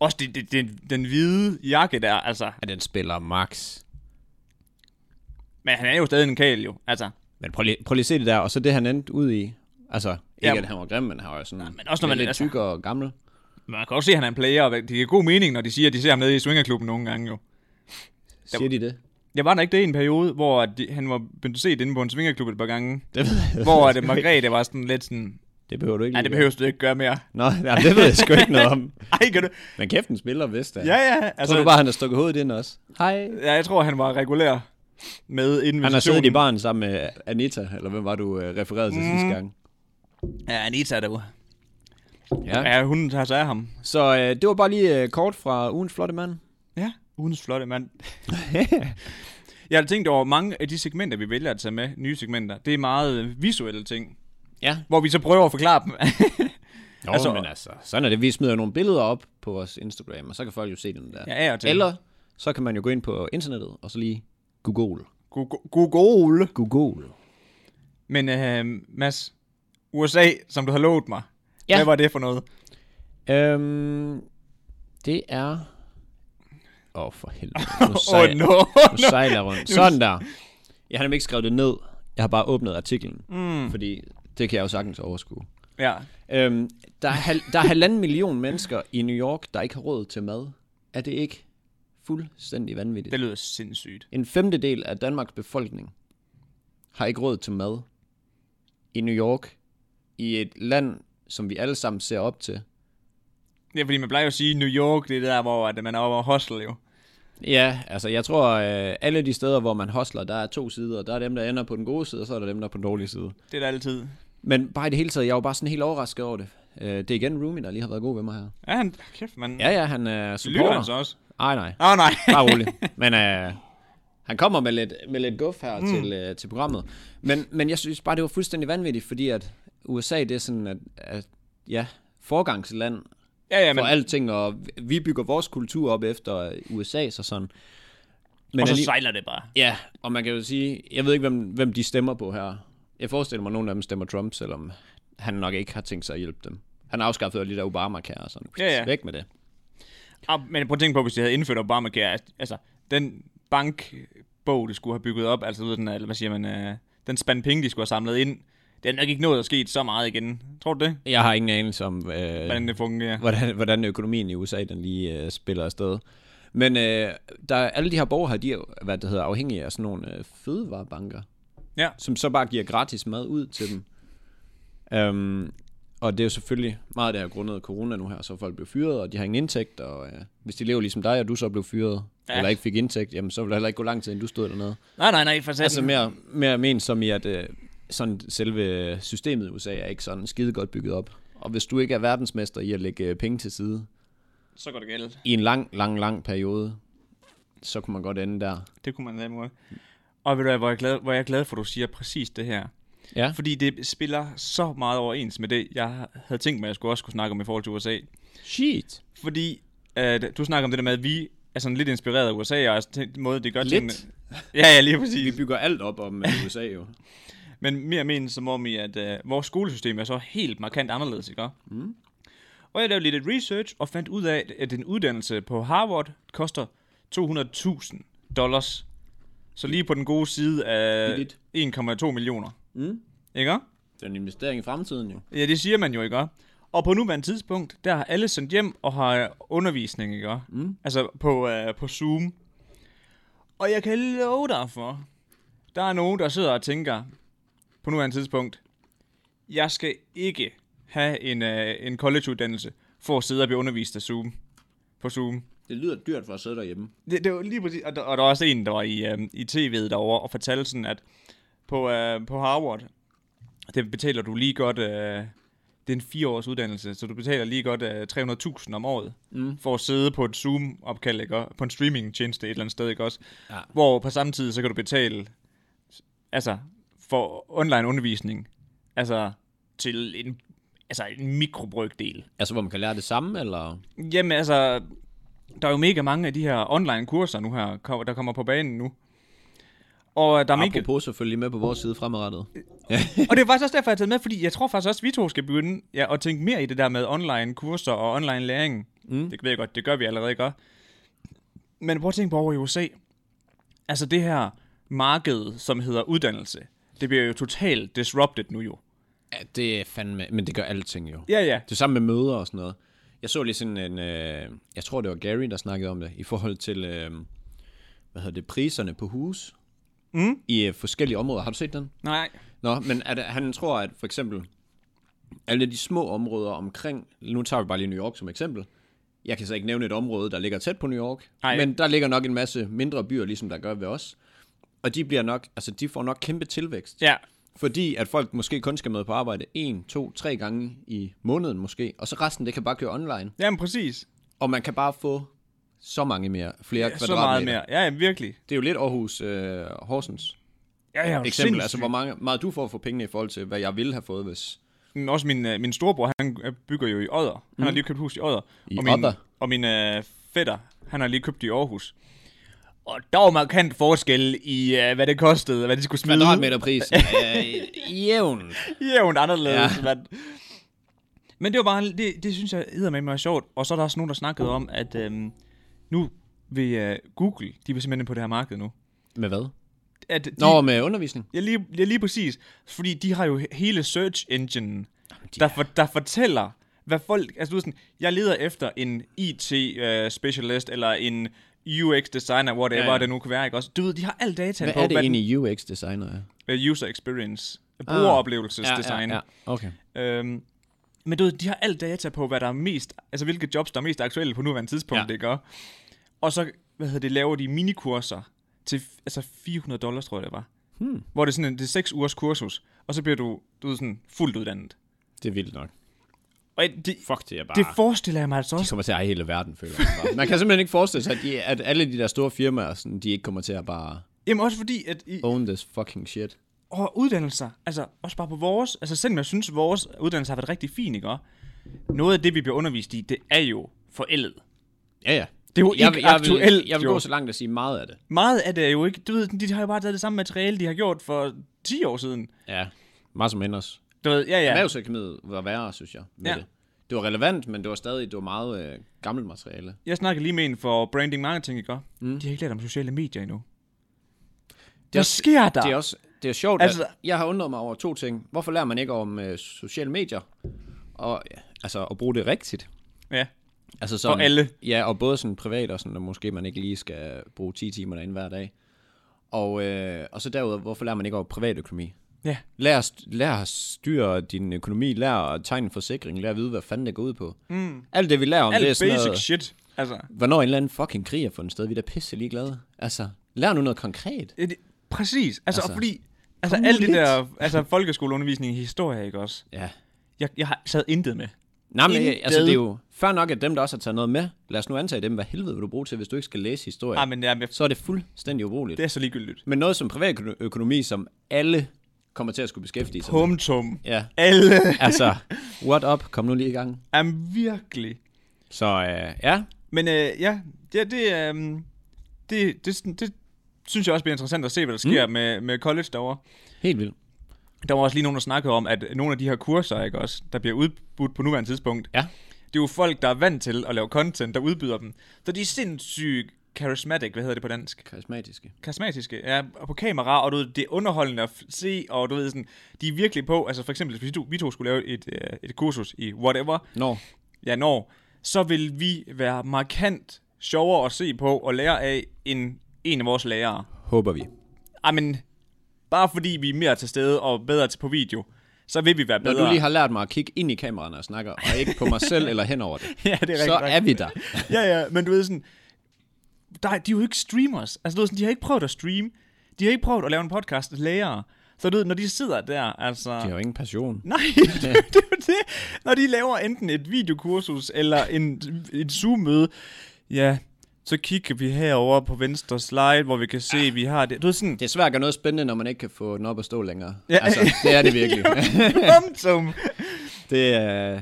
B: Også det, det, det, den hvide jakke der, altså.
A: Ja, den spiller max.
B: Men han er jo stadig en kæl, jo. Altså.
A: Men prøv lige, prøv lige at se det der, og så det, han endte ud i. Altså, ikke
B: Ja.
A: at han var grim, men han var jo sådan
B: men også når man-
A: lidt
B: altså-
A: tyk og gammel.
B: Man kan også se, at han er en player. og Det giver god mening, når de siger, at de ser ham nede i swingerklubben nogle gange, jo.
A: Siger de det?
B: Jeg var der ikke det i en periode, hvor at de, han var begyndt set inde på en swingerklub et par gange.
A: Det ved jeg.
B: Hvor at øh, Margrethe var sådan lidt sådan,
A: Det behøver du ikke.
B: nej, det
A: lige
B: behøver du ikke gøre mere.
A: gøre. Nå, jamen, det ved jeg sgu ikke noget om.
B: Ej, kan du?
A: Men kæft, den spiller vist da.
B: Ja, ja.
A: Altså, tror du bare, han har stukket hovedet ind også? Hej.
B: Ja, jeg tror, han var regulær med inden
A: Han har siddet i baren sammen med Anita, eller hvem var du øh, refereret til mm. sidste gang?
B: Ja, Anita derude.
A: Ja.
B: Ja, hun tager sig af ham.
A: Så øh, det var bare lige øh, kort fra ugens flotte mand.
B: Ja, ugens flotte mand. jeg har tænkt over mange af de segmenter, vi vælger at tage med, nye segmenter. Det er meget øh, visuelle ting,
A: Ja.
B: hvor vi så prøver at forklare dem.
A: Jo,
B: Altså-
A: altså, men altså, sådan er det. Vi smider nogle billeder op på vores Instagram, og så kan folk jo se dem der.
B: ja, af og til.
A: Eller så kan man jo gå ind på internettet, og så lige google.
B: Go- go- Google.
A: Google.
B: Men øh, Mads, USA, som du har lovet mig.
A: Ja.
B: Ja. Hvad var det for noget?
A: Øhm, det er... Åh, oh, for helvede. Nu,
B: Åh, oh,
A: sej...
B: no.
A: nu sejler jeg rundt. Sådan der. Jeg har nemlig ikke skrevet det ned. Jeg har bare åbnet artiklen, mm. fordi det kan jeg jo sagtens overskue.
B: Ja.
A: Øhm, der, er hal- der er halvanden million mennesker i New York, der ikke har råd til mad. Er det ikke fuldstændig vanvittigt?
B: Det lyder sindssygt.
A: En femtedel af Danmarks befolkning har ikke råd til mad i New York, i et land, som vi alle sammen ser op til.
B: Ja, fordi man plejer jo at sige, New York, det er der, hvor at man er over hostel jo.
A: Ja, altså jeg tror, øh, alle de steder, hvor man hostler, der er to sider. Der er dem, der ender på den gode side, og så er der dem, der er på den dårlige side.
B: Det er der altid.
A: Men bare i det hele taget, jeg var bare sådan helt overrasket over det. Øh, det er igen Rumi, der lige har været god ved mig her.
B: Ja, han, kæft, man.
A: Ja, ja, han er
B: Lytter han
A: supporter.
B: så også?
A: Ej, nej.
B: Åh, oh, nej.
A: Bare rolig. Men øh, Han kommer med lidt, med lidt guf her mm. til, øh, til programmet. Men, men jeg synes bare, det var fuldstændig vanvittigt, fordi at USA, det er sådan, at, at ja, forgangsland
B: Ja, ja,
A: for
B: men,
A: alting, og vi bygger vores kultur op efter USA's og sådan. Men
B: og så
A: alli-
B: sejler det bare.
A: Ja, og man kan jo sige, jeg ved ikke, hvem, hvem de stemmer på her. Jeg forestiller mig, at nogle af dem stemmer Trump, selvom han nok ikke har tænkt sig at hjælpe dem. Han afskaffede jo lige der Obamacare og sådan.
B: Ja, ja.
A: Væk med det.
B: Ah, men prøv at tænke på, hvis de havde indført Obamacare, al- altså den bankbog, de skulle have bygget op, altså du ved den, eller hvad siger man, øh, den spand penge, de skulle have samlet ind, det er nok ikke nået at ske så meget igen. Tror du det?
A: Jeg har ingen anelse om, øh,
B: Hvordan det fungerer?
A: hvordan, hvordan økonomien i USA den lige øh, spiller afsted. Men øh, der, er- alle de her borgere her, de er jo, hvad det hedder, afhængige af sådan nogle øh, fødevarebanker,
B: Ja.
A: som så bare giver gratis mad ud til dem. Øhm, og det er jo selvfølgelig meget af det her grundet af corona nu her, så folk blev fyret, og de har ingen indtægt, og øh, hvis de lever ligesom dig, og du så blev fyret,
B: Ja.
A: ja. eller ikke fik indtægt, jamen så ville der heller ikke gå lang tid, inden du stod dernede.
B: Nej, nej, nej, for satan.
A: Altså mere, mere men som i, at øh, sådan selve systemet i USA er ikke sådan skide godt bygget op. Og hvis du ikke er verdensmester i at lægge øh, penge til side
B: Så går det galt.
A: i en lang, lang, lang periode, så kunne man godt ende der.
B: Det kunne man nemlig. Og ved du hvad, hvor jeg, er glad, hvor jeg er glad for, at du siger præcis det her.
A: Ja.
B: Fordi det spiller så meget overens med det, jeg havde tænkt mig, at jeg skulle også kunne snakke om i forhold til USA.
A: Shit.
B: Fordi at du snakker om det der med, at vi er sådan lidt inspireret af USA, og altså den måde, det gør
A: Lidt.
B: tingene. Ja, ja, lige præcis.
A: Vi bygger alt op om øh, USA jo.
B: Men mere men som om i, at øh, vores skolesystem er så helt markant anderledes, ikke? Mm. Og jeg lavede lidt research og fandt ud af, at en uddannelse på Harvard koster 200.000 dollars. Så lige på den gode side af
A: Billigt.
B: 1,2 millioner.
A: Mm.
B: Ikke?
A: Det er en investering i fremtiden jo.
B: Ja, det siger man jo, ikke? Og på nuværende tidspunkt, der har alle sendt hjem og har undervisning, ikke? Mm. Altså på, øh, på Zoom. Og jeg kan love dig for, der er nogen, der sidder og tænker på nuværende tidspunkt, jeg skal ikke have en, øh, en collegeuddannelse for at sidde og blive undervist af Zoom. På Zoom.
A: Det lyder dyrt for at sidde derhjemme.
B: Det, det var lige præcis, og der, og der var også en, der var i, øh, i tv'et derovre og fortalte sådan, at på, øh, på Harvard, det betaler du lige godt, øh, det er en fire års uddannelse, så du betaler lige godt øh, 300.000 om året, mm. for at sidde på et Zoom-opkald, ikke? og på en streaming-tjeneste et eller andet sted, ikke også?
A: Ja.
B: Hvor på samme tid, så kan du betale, altså, for online undervisning, altså, til en, altså, en mikrobrygdel.
A: Altså, hvor man kan lære det samme, eller?
B: Jamen altså, der er jo mega mange af de her online kurser nu her, kom- der kommer på banen nu. Og, øh, der er mega...
A: Apropos selvfølgelig med på vores side fremadrettet.
B: og det er faktisk også derfor, jeg har taget med, fordi jeg tror faktisk også, at vi to skal begynde ja, at tænke mere i det der med online kurser og online læring. Mm. Det ved jeg godt, det gør vi allerede, ikke? Men prøv at tænke på over i USA. Altså det her marked, som hedder uddannelse, det bliver jo totalt disrupted nu jo.
A: Ja, det er fandme... Men det gør alting jo.
B: Ja, ja.
A: Det er sammen med møder og sådan noget. Jeg så lige sådan en... Øh, jeg tror, det var Gary, der snakkede om det, i forhold til... Øh, hvad hedder det? Priserne på hus. Mm. I øh, forskellige områder. Har du set den?
B: Nej.
A: Nå, men at, han tror, at for eksempel alle de små områder omkring, nu tager vi bare lige New York som eksempel, jeg kan så ikke nævne et område, der ligger tæt på New York,
B: Ej.
A: Ej. men der ligger nok en masse mindre byer, ligesom der gør ved os, og de bliver nok, altså de får nok kæmpe tilvækst,
B: Ja.
A: fordi at folk måske kun skal med på arbejde en, to, tre gange i måneden måske, og så resten, det kan bare køre online,
B: Jamen præcis.
A: og man kan bare få så mange mere, flere
B: Ja,
A: ja,
B: så
A: kvadratmeter.
B: meget mere. Ja, ja, virkelig.
A: Det er jo lidt Aarhus øh, Horsens
B: Ja, ja,
A: eksempel, altså
B: sindssygt.
A: hvor mange, meget du får for pengene i forhold til, hvad jeg ville have fået, hvis,
B: Men også min, øh, min storebror, han øh, bygger jo i Odder. Han har lige købt hus i Odder.
A: Mm. I
B: og min,
A: Odder?
B: Og min øh, fætter, han har lige købt det i Aarhus. Og der var markant forskel i, øh, hvad det kostede, og hvad de skulle smide.
A: kvadratmeterprisen er jævn.
B: Jævnt anderledes, ja. mand. Men det var bare, det, det synes jeg hedder med mig sjovt. Og så er der også nogen, der snakkede om, at øhm, nu vil øh, Google, de vil simpelthen ind på det her marked nu.
A: Med hvad?
B: At de,
A: Nå, med undervisning.
B: Ja lige, ja, lige præcis. Fordi de har jo he- hele search engine, de der, for, der fortæller, hvad folk... Altså, du ved sådan, jeg leder efter en IT-specialist, eller en UX-designer, whatever
A: Ja,
B: ja,
A: ja.
B: ja. det nu kan være, ikke også? Du ved, de har alt dataen
A: Hvad
B: på,
A: er det
B: hvad den-
A: egentlig UX-designer er?
B: hvad user experience, brugeroplevelsesdesign.
A: Ja, ja, okay.
B: Øhm, men du ved, de har alt data på, hvad der er mest, altså hvilke jobs, der er mest aktuelle på nuværende tidspunkt, ja.
A: Ja.
B: ikke? Og- Og så, hvad hedder det, laver de minikurser til f- altså 400 dollars, tror jeg det var. Hmm. Hvor det er sådan en, det er 6 ugers kursus, og så bliver du, du ved, sådan fuldt uddannet.
A: Det er vildt nok.
B: Og det,
A: Fuck, det er bare...
B: det forestiller jeg mig altså
A: Det
B: også.
A: kommer til at eje hele verden, føler jeg. Bare. Man kan simpelthen ikke forestille sig, at, de, at alle de der store firmaer, sådan, de ikke kommer til at bare...
B: Jamen også fordi, at I,
A: Own this fucking shit.
B: og uddannelser, altså også bare på vores, altså selvom jeg synes, vores uddannelse har været rigtig fin, ikke? også? Noget af det, vi bliver undervist i, det er jo forældet.
A: Ja, ja.
B: Det er jo ikke
A: Jeg vil,
B: aktuelt,
A: jeg vil
B: jo.
A: gå så langt at sige meget af det.
B: Meget af det er jo ikke, du ved, de har jo bare taget det samme materiale, de har gjort for 10 år siden.
A: Ja. Meget som ellers.
B: Du ved, ja,
A: Ja.
B: ja.
A: Erhvervsakademiet var værre, synes jeg. Med
B: Ja.
A: ja. det. det var relevant, men det var stadig det var meget øh, gammelt materiale.
B: Jeg snakkede lige med en for branding marketing, ikke? Mm. De har ikke lært om sociale medier endnu. Hvad
A: også-
B: sker der?
A: Det er også det er sjovt.
B: Altså-
A: Altså, at jeg har undret mig over to ting. Hvorfor lærer man ikke om øh, sociale medier? Og ja, altså at bruge det rigtigt.
B: Ja.
A: Altså sådan,
B: For alle.
A: Ja, og både sådan privat og sådan, at måske man ikke lige skal bruge 10 timer derinde hver dag. Og, øh, og så derudover, hvorfor lærer man ikke om privatøkonomi?
B: Ja.
A: Lær, at st- lær at styre din økonomi, lær at tegne en forsikring, lær at vide, hvad fanden det går ud på. Mm. Alt det, vi lærer om,
B: Alt
A: det er sådan
B: basic
A: noget,
B: shit. Altså,
A: hvornår en eller anden fucking krig er fundet sted, vi er da pisse ligeglade. Altså, lær nu noget konkret.
B: det, præcis. Altså, altså
A: Altså,
B: fordi, altså
A: kom nu
B: alt det
A: lidt.
B: der, altså folkeskoleundervisning i historie, ikke også?
A: Ja.
B: Jeg, jeg har sad intet med.
A: Nej, men
B: Intet.
A: altså, det er jo fair nok, at dem, der også har taget noget med, lad os nu antage dem, hvad helvede vil du bruge til, hvis du ikke skal læse historie.
B: Ja. Ah, men jamen, jeg,
A: Så er det fuldstændig ubrugeligt.
B: det er så ligegyldigt.
A: Men noget som privatøkonomi, som alle kommer til at skulle beskæftige sig med.
B: Punktum.
A: Ja,
B: Alle
A: altså, what up, kom nu lige i gang.
B: er virkelig.
A: Så øh, ja,
B: Men øh, ja, det, det, øh, det, det, sådan- det, synes jeg også bliver interessant at se, hvad der sker mm. med, med college derovre.
A: helt vildt.
B: Der var også lige nogen, der snakkede om, at nogle af de her kurser, ikke også, der bliver udbudt på nuværende tidspunkt,
A: Ja.
B: det er jo folk, der er vant til at lave content, der udbyder dem. Så de er sindssygt charismatic, hvad hedder det på dansk?
A: Karismatiske.
B: karismatiske, ja, og på kamera, og du ved, det er underholdende at f- se, og du ved sådan, de er virkelig på, altså for eksempel, hvis du, vi to skulle lave et, øh, et kursus i whatever,
A: Nå,
B: ja, når, så vil vi være markant sjovere at se på og lære af, end en af vores lærere.
A: håber vi.
B: Ej, men bare fordi vi er mere til stede og bedre til på video, så vil vi være
A: Når
B: bedre.
A: du lige har lært mig at kigge ind i kameraerne og snakker, og ikke på mig selv eller hen over det,
B: Ja, det er rigtig
A: så
B: nok.
A: er vi der.
B: ja, ja, men du ved sådan, der, er- de er jo ikke streamers. Altså, du ved sådan, de har ikke prøvet at streame. De har ikke prøvet at lave en podcast lærere. Så du ved, når de sidder der, altså...
A: De har jo ingen passion.
B: Nej, det er jo det. Når de laver enten et videokursus eller en, et Zoom-møde, ja, så kigger vi herover på venstre slide, hvor vi kan se, at vi har det. Du er sådan,
A: Det er svært at gøre noget spændende, når man ikke kan få den op at stå længere.
B: Ja.
A: Ja. Altså, det er det virkelig.
B: bum, tum.
A: det, er,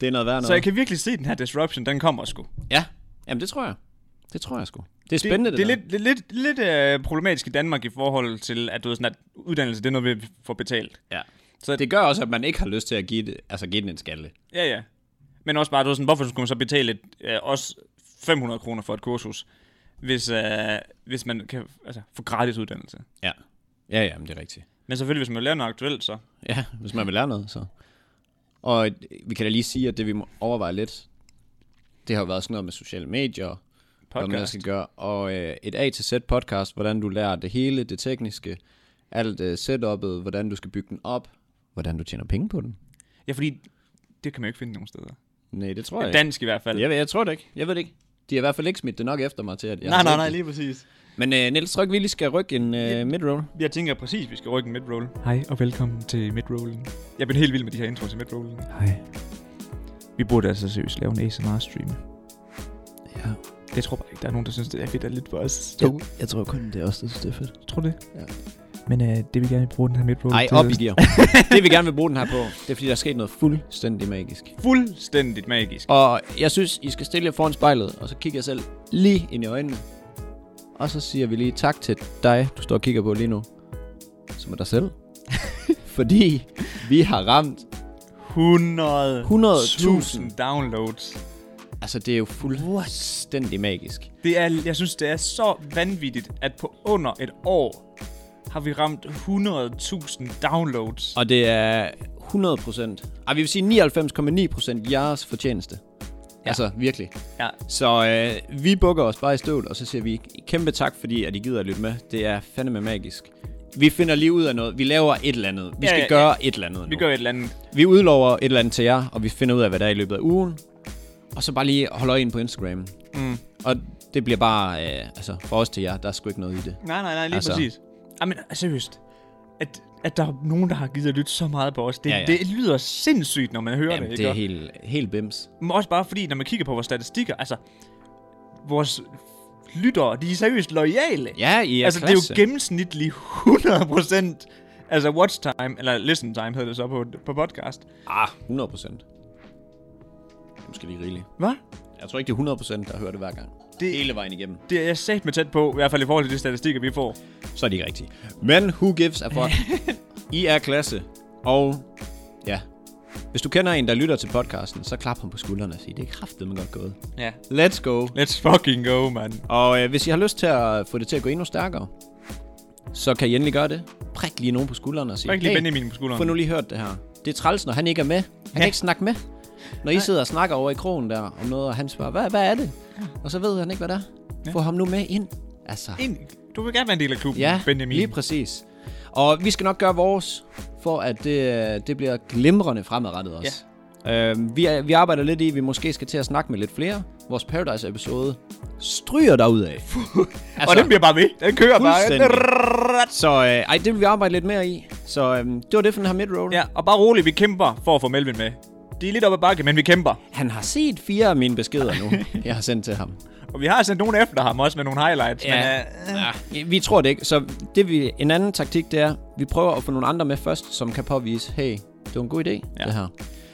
A: det er noget værd noget.
B: Så jeg kan virkelig se, at den her disruption, den kommer sgu.
A: Ja, jamen det tror jeg. Det tror jeg sgu. Det er
B: Det,
A: spændende, det,
B: det
A: der.
B: er lidt, lidt, lidt, lidt øh, problematisk i Danmark i forhold til, at, du ved, sådan, at uddannelse, det er noget, vi får betalt.
A: Ja.
B: Så-
A: Så det gør også, at man ikke har lyst til at give, det, altså give den en skalle.
B: Ja, ja. Men også bare, du ved, sådan, hvorfor skulle man så betale et, øh, også 500 kroner for et kursus, hvis, øh, hvis man kan altså, få gratis uddannelse?
A: Ja. Ja, ja, men det er rigtigt.
B: Men selvfølgelig, hvis man laver noget aktuelt, så.
A: Ja, hvis man vil lære noget, så. Og øh, vi kan da lige sige, at det vi må overveje lidt, det har jo været sådan noget med sociale medier, podcast. hvad man
B: Podcast.
A: skal gøre, og øh, et A til Z podcast, hvordan du lærer det hele, det tekniske, alt øh, setup'et, hvordan du skal bygge den op, hvordan du tjener penge på den.
B: Ja, fordi det kan man jo ikke finde nogen steder.
A: Nej, det tror jeg ikke.
B: Dansk i hvert fald.
A: Jeg, ved- jeg tror det ikke. Jeg ved det ikke. De har i hvert fald ikke smidt det nok efter mig til, at jeg
B: nej,
A: har
B: nej,
A: set
B: nej,
A: det.
B: lige præcis.
A: Men øh, Niels, tror du ikke, vi lige skal rykke en øh, midroll?
B: Jeg tænker præcis, vi skal rykke en midroll. Hej og velkommen til midrollen. Jeg bliver helt vild med de her intro til midrollen.
A: Hej.
B: Vi burde altså seriøst lave en ASMR-stream.
A: Ja.
B: Jeg tror bare ikke, der er nogen, der synes, det er fedt at lidt for os.
A: jeg tror kun, det er også det er fedt.
B: tror det.
A: Ja.
B: Men øh, det vi gerne vil bruge den her midroll
A: Nej, op i gear. det vi gerne vil bruge den her på, det er fordi, der er sket noget fuldstændig magisk.
B: Fuldstændigt magisk.
A: Og jeg synes, I skal stille jer foran spejlet, og så kigge jer selv lige ind i øjnene. Og så siger vi lige tak til dig, du står og kigger på lige nu, som er dig selv. fordi vi har ramt,
B: 100.
A: 100.000.
B: downloads.
A: altså det er jo fuldstændig magisk.
B: Det er, jeg synes, det er så vanvittigt, at på under et år har vi ramt 100.000 downloads.
A: Og det er 100 procent, ej vi vil sige 99,9 procent jeres fortjeneste. Ja. Altså virkelig.
B: Ja,
A: Så øh, vi bukker os bare i støvlet, og så siger vi kæmpe tak, fordi at I gider at lytte med. Det er fandeme magisk. Vi finder lige ud af noget. Vi laver et eller andet. Vi
B: Ja,
A: skal
B: ja,
A: gøre et eller andet nu.
B: vi gør et eller andet.
A: vi udlover et eller andet til jer, og vi finder ud af, hvad der er i løbet af ugen. Og så bare lige holde øje ind på Instagram.
B: Mm.
A: Og det bliver bare, øh, altså for os til jer, der er sgu ikke noget i det.
B: Nej, nej, nej, lige
A: Altså.
B: altså. præcis. Jamen, seriøst. At, at der er nogen, der har givet at lytte så meget på os. Det, ja,
A: Ja,
B: ja.
A: ja.
B: det lyder sindssygt, når man hører
A: Jamen,
B: det.
A: det er
B: Ikke?
A: helt, helt bims.
B: Men også bare fordi, når man kigger på vores statistikker, altså, vores lyttere, de er seriøst lojale.
A: Ja, I er
B: altså,
A: klasse.
B: det er jo gennemsnitlig 100%, altså watch time, eller listen time hedder det så på, på podcast.
A: Ah, 100 procent. Måske lige rigeligt.
B: Hvad?
A: Jeg tror ikke, det er 100 procent, der hører det hver gang.
B: Det-
A: Hele vejen igennem.
B: Det er jeg sat med tæt på, i hvert fald i forhold til de statistikker, vi får.
A: Så er de ikke rigtige. Men who gives a fuck? I er klasse. Og ja, hvis du kender en, der lytter til podcasten, så klap ham på skuldrene og sig, det er kraftedeme godt gået.
B: Ja.
A: Let's go.
B: Let's fucking go, mand.
A: Og øh, hvis I har lyst til at få det til at gå endnu stærkere, så kan I endelig gøre det. Prik lige nogen på skuldrene og sige,
B: Prik lige Benjamin på skulderen."
A: få nu lige hørt det her. Det er træls, når han ikke er med. Han ja. kan ikke snakke med. Når I sidder og snakker over i krogen der om noget, og han spørger, hvad, hvad er det? Og så ved han ikke, hvad det er. Ja. Få ham nu med ind. Altså,
B: En, du vil gerne være en del af klubben,
A: ja,
B: Benjamin.
A: lige præcis. Og vi skal nok gøre vores, for at det, det bliver glimrende fremadrettet også. Ja. Øhm, vi, er- vi arbejder lidt i, at vi måske skal til at snakke med lidt flere. Vores Paradise-episode stryger derudad.
B: altså, og den bliver bare ved. Den kører bare.
A: Fuldstændig. Så øh, ej, det vil vi arbejde lidt mere i. Så øh, det var det for den her midroll.
B: Ja, og bare roligt, vi kæmper for at få Melvin med. De er lidt oppe ad bakke, men vi kæmper.
A: Han har set fire af mine beskeder nu, jeg har sendt til ham.
B: Og vi har sendt nogen efter ham også med nogle highlights. Men, uh,
A: øh, ja. Vi tror det ikke. Så det vi, en anden taktik, det er, vi prøver at få nogle andre med først, som kan påvise, hey, det var en god idé, ja. det her.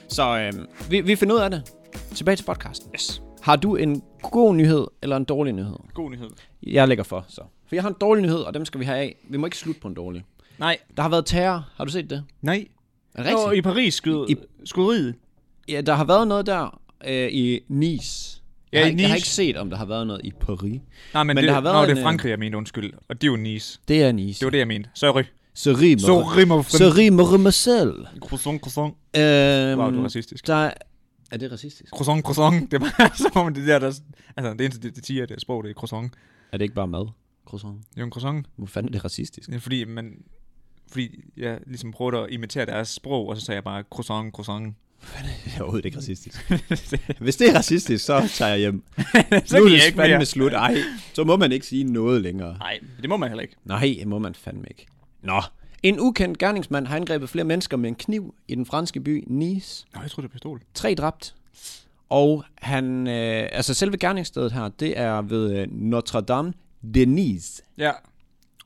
A: Så øh, vi, vi finder ud af det. Tilbage til podcasten.
B: yes.
A: Har du en god nyhed eller en dårlig nyhed?
B: God nyhed.
A: Jeg lægger for, så. For jeg har en dårlig nyhed, og dem skal vi have af. Vi må ikke slutte på en dårlig.
B: Nej.
A: Der har været terror. Har du set det?
B: Nej.
A: Er det
B: Rigtigt.
A: rigtigt?
B: Og i Paris skød I... skyderiet.
A: Ja, der har været noget der øh, i Nice. Jeg,
B: Ja,
A: har,
B: i
A: ikke- jeg har
B: Nice.
A: ikke set, om der har været noget i Paris.
B: Nej, men,
A: Men
B: det,
A: der har været
B: nå, det
A: en,
B: er
A: øh,
B: Frankrig, jeg mente, undskyld. Og det er jo Nice.
A: Det er Nice.
B: Det var det, jeg mente. Sorry.
A: Så rimer,
B: Så rimer
A: så rimer mig selv.
B: Croissant, croissant.
A: Øhm,
B: Wow, du er racistisk.
A: Der er, er det racistisk?
B: Croissant, croissant. Det var som om det der, der... Altså, det eneste, det, det tiger, det er sprog, det er croissant.
A: Er det ikke bare mad? Croissant.
B: Det er jo en croissant.
A: Hvor fanden er det racistisk?
B: Ja, fordi man... Fordi jeg ligesom prøvede at imitere deres sprog, og så sagde jeg bare croissant, croissant.
A: Det er overhovedet ikke racistisk. Hvis det er racistisk, så tager jeg hjem.
B: så
A: nu er
B: kan jeg
A: det
B: ikke mere.
A: fandme slut. Ej, så må man ikke sige noget længere.
B: Nej, det må man heller ikke.
A: Nej, det må man fandme ikke. Nå. En ukendt gerningsmand har angrebet flere mennesker med en kniv i den franske by Nice.
B: Nå, jeg tror det er pistol.
A: Tre dræbt. Og han, øh, altså selve gerningsstedet her, det er ved øh, Notre Dame de Nice.
B: Ja.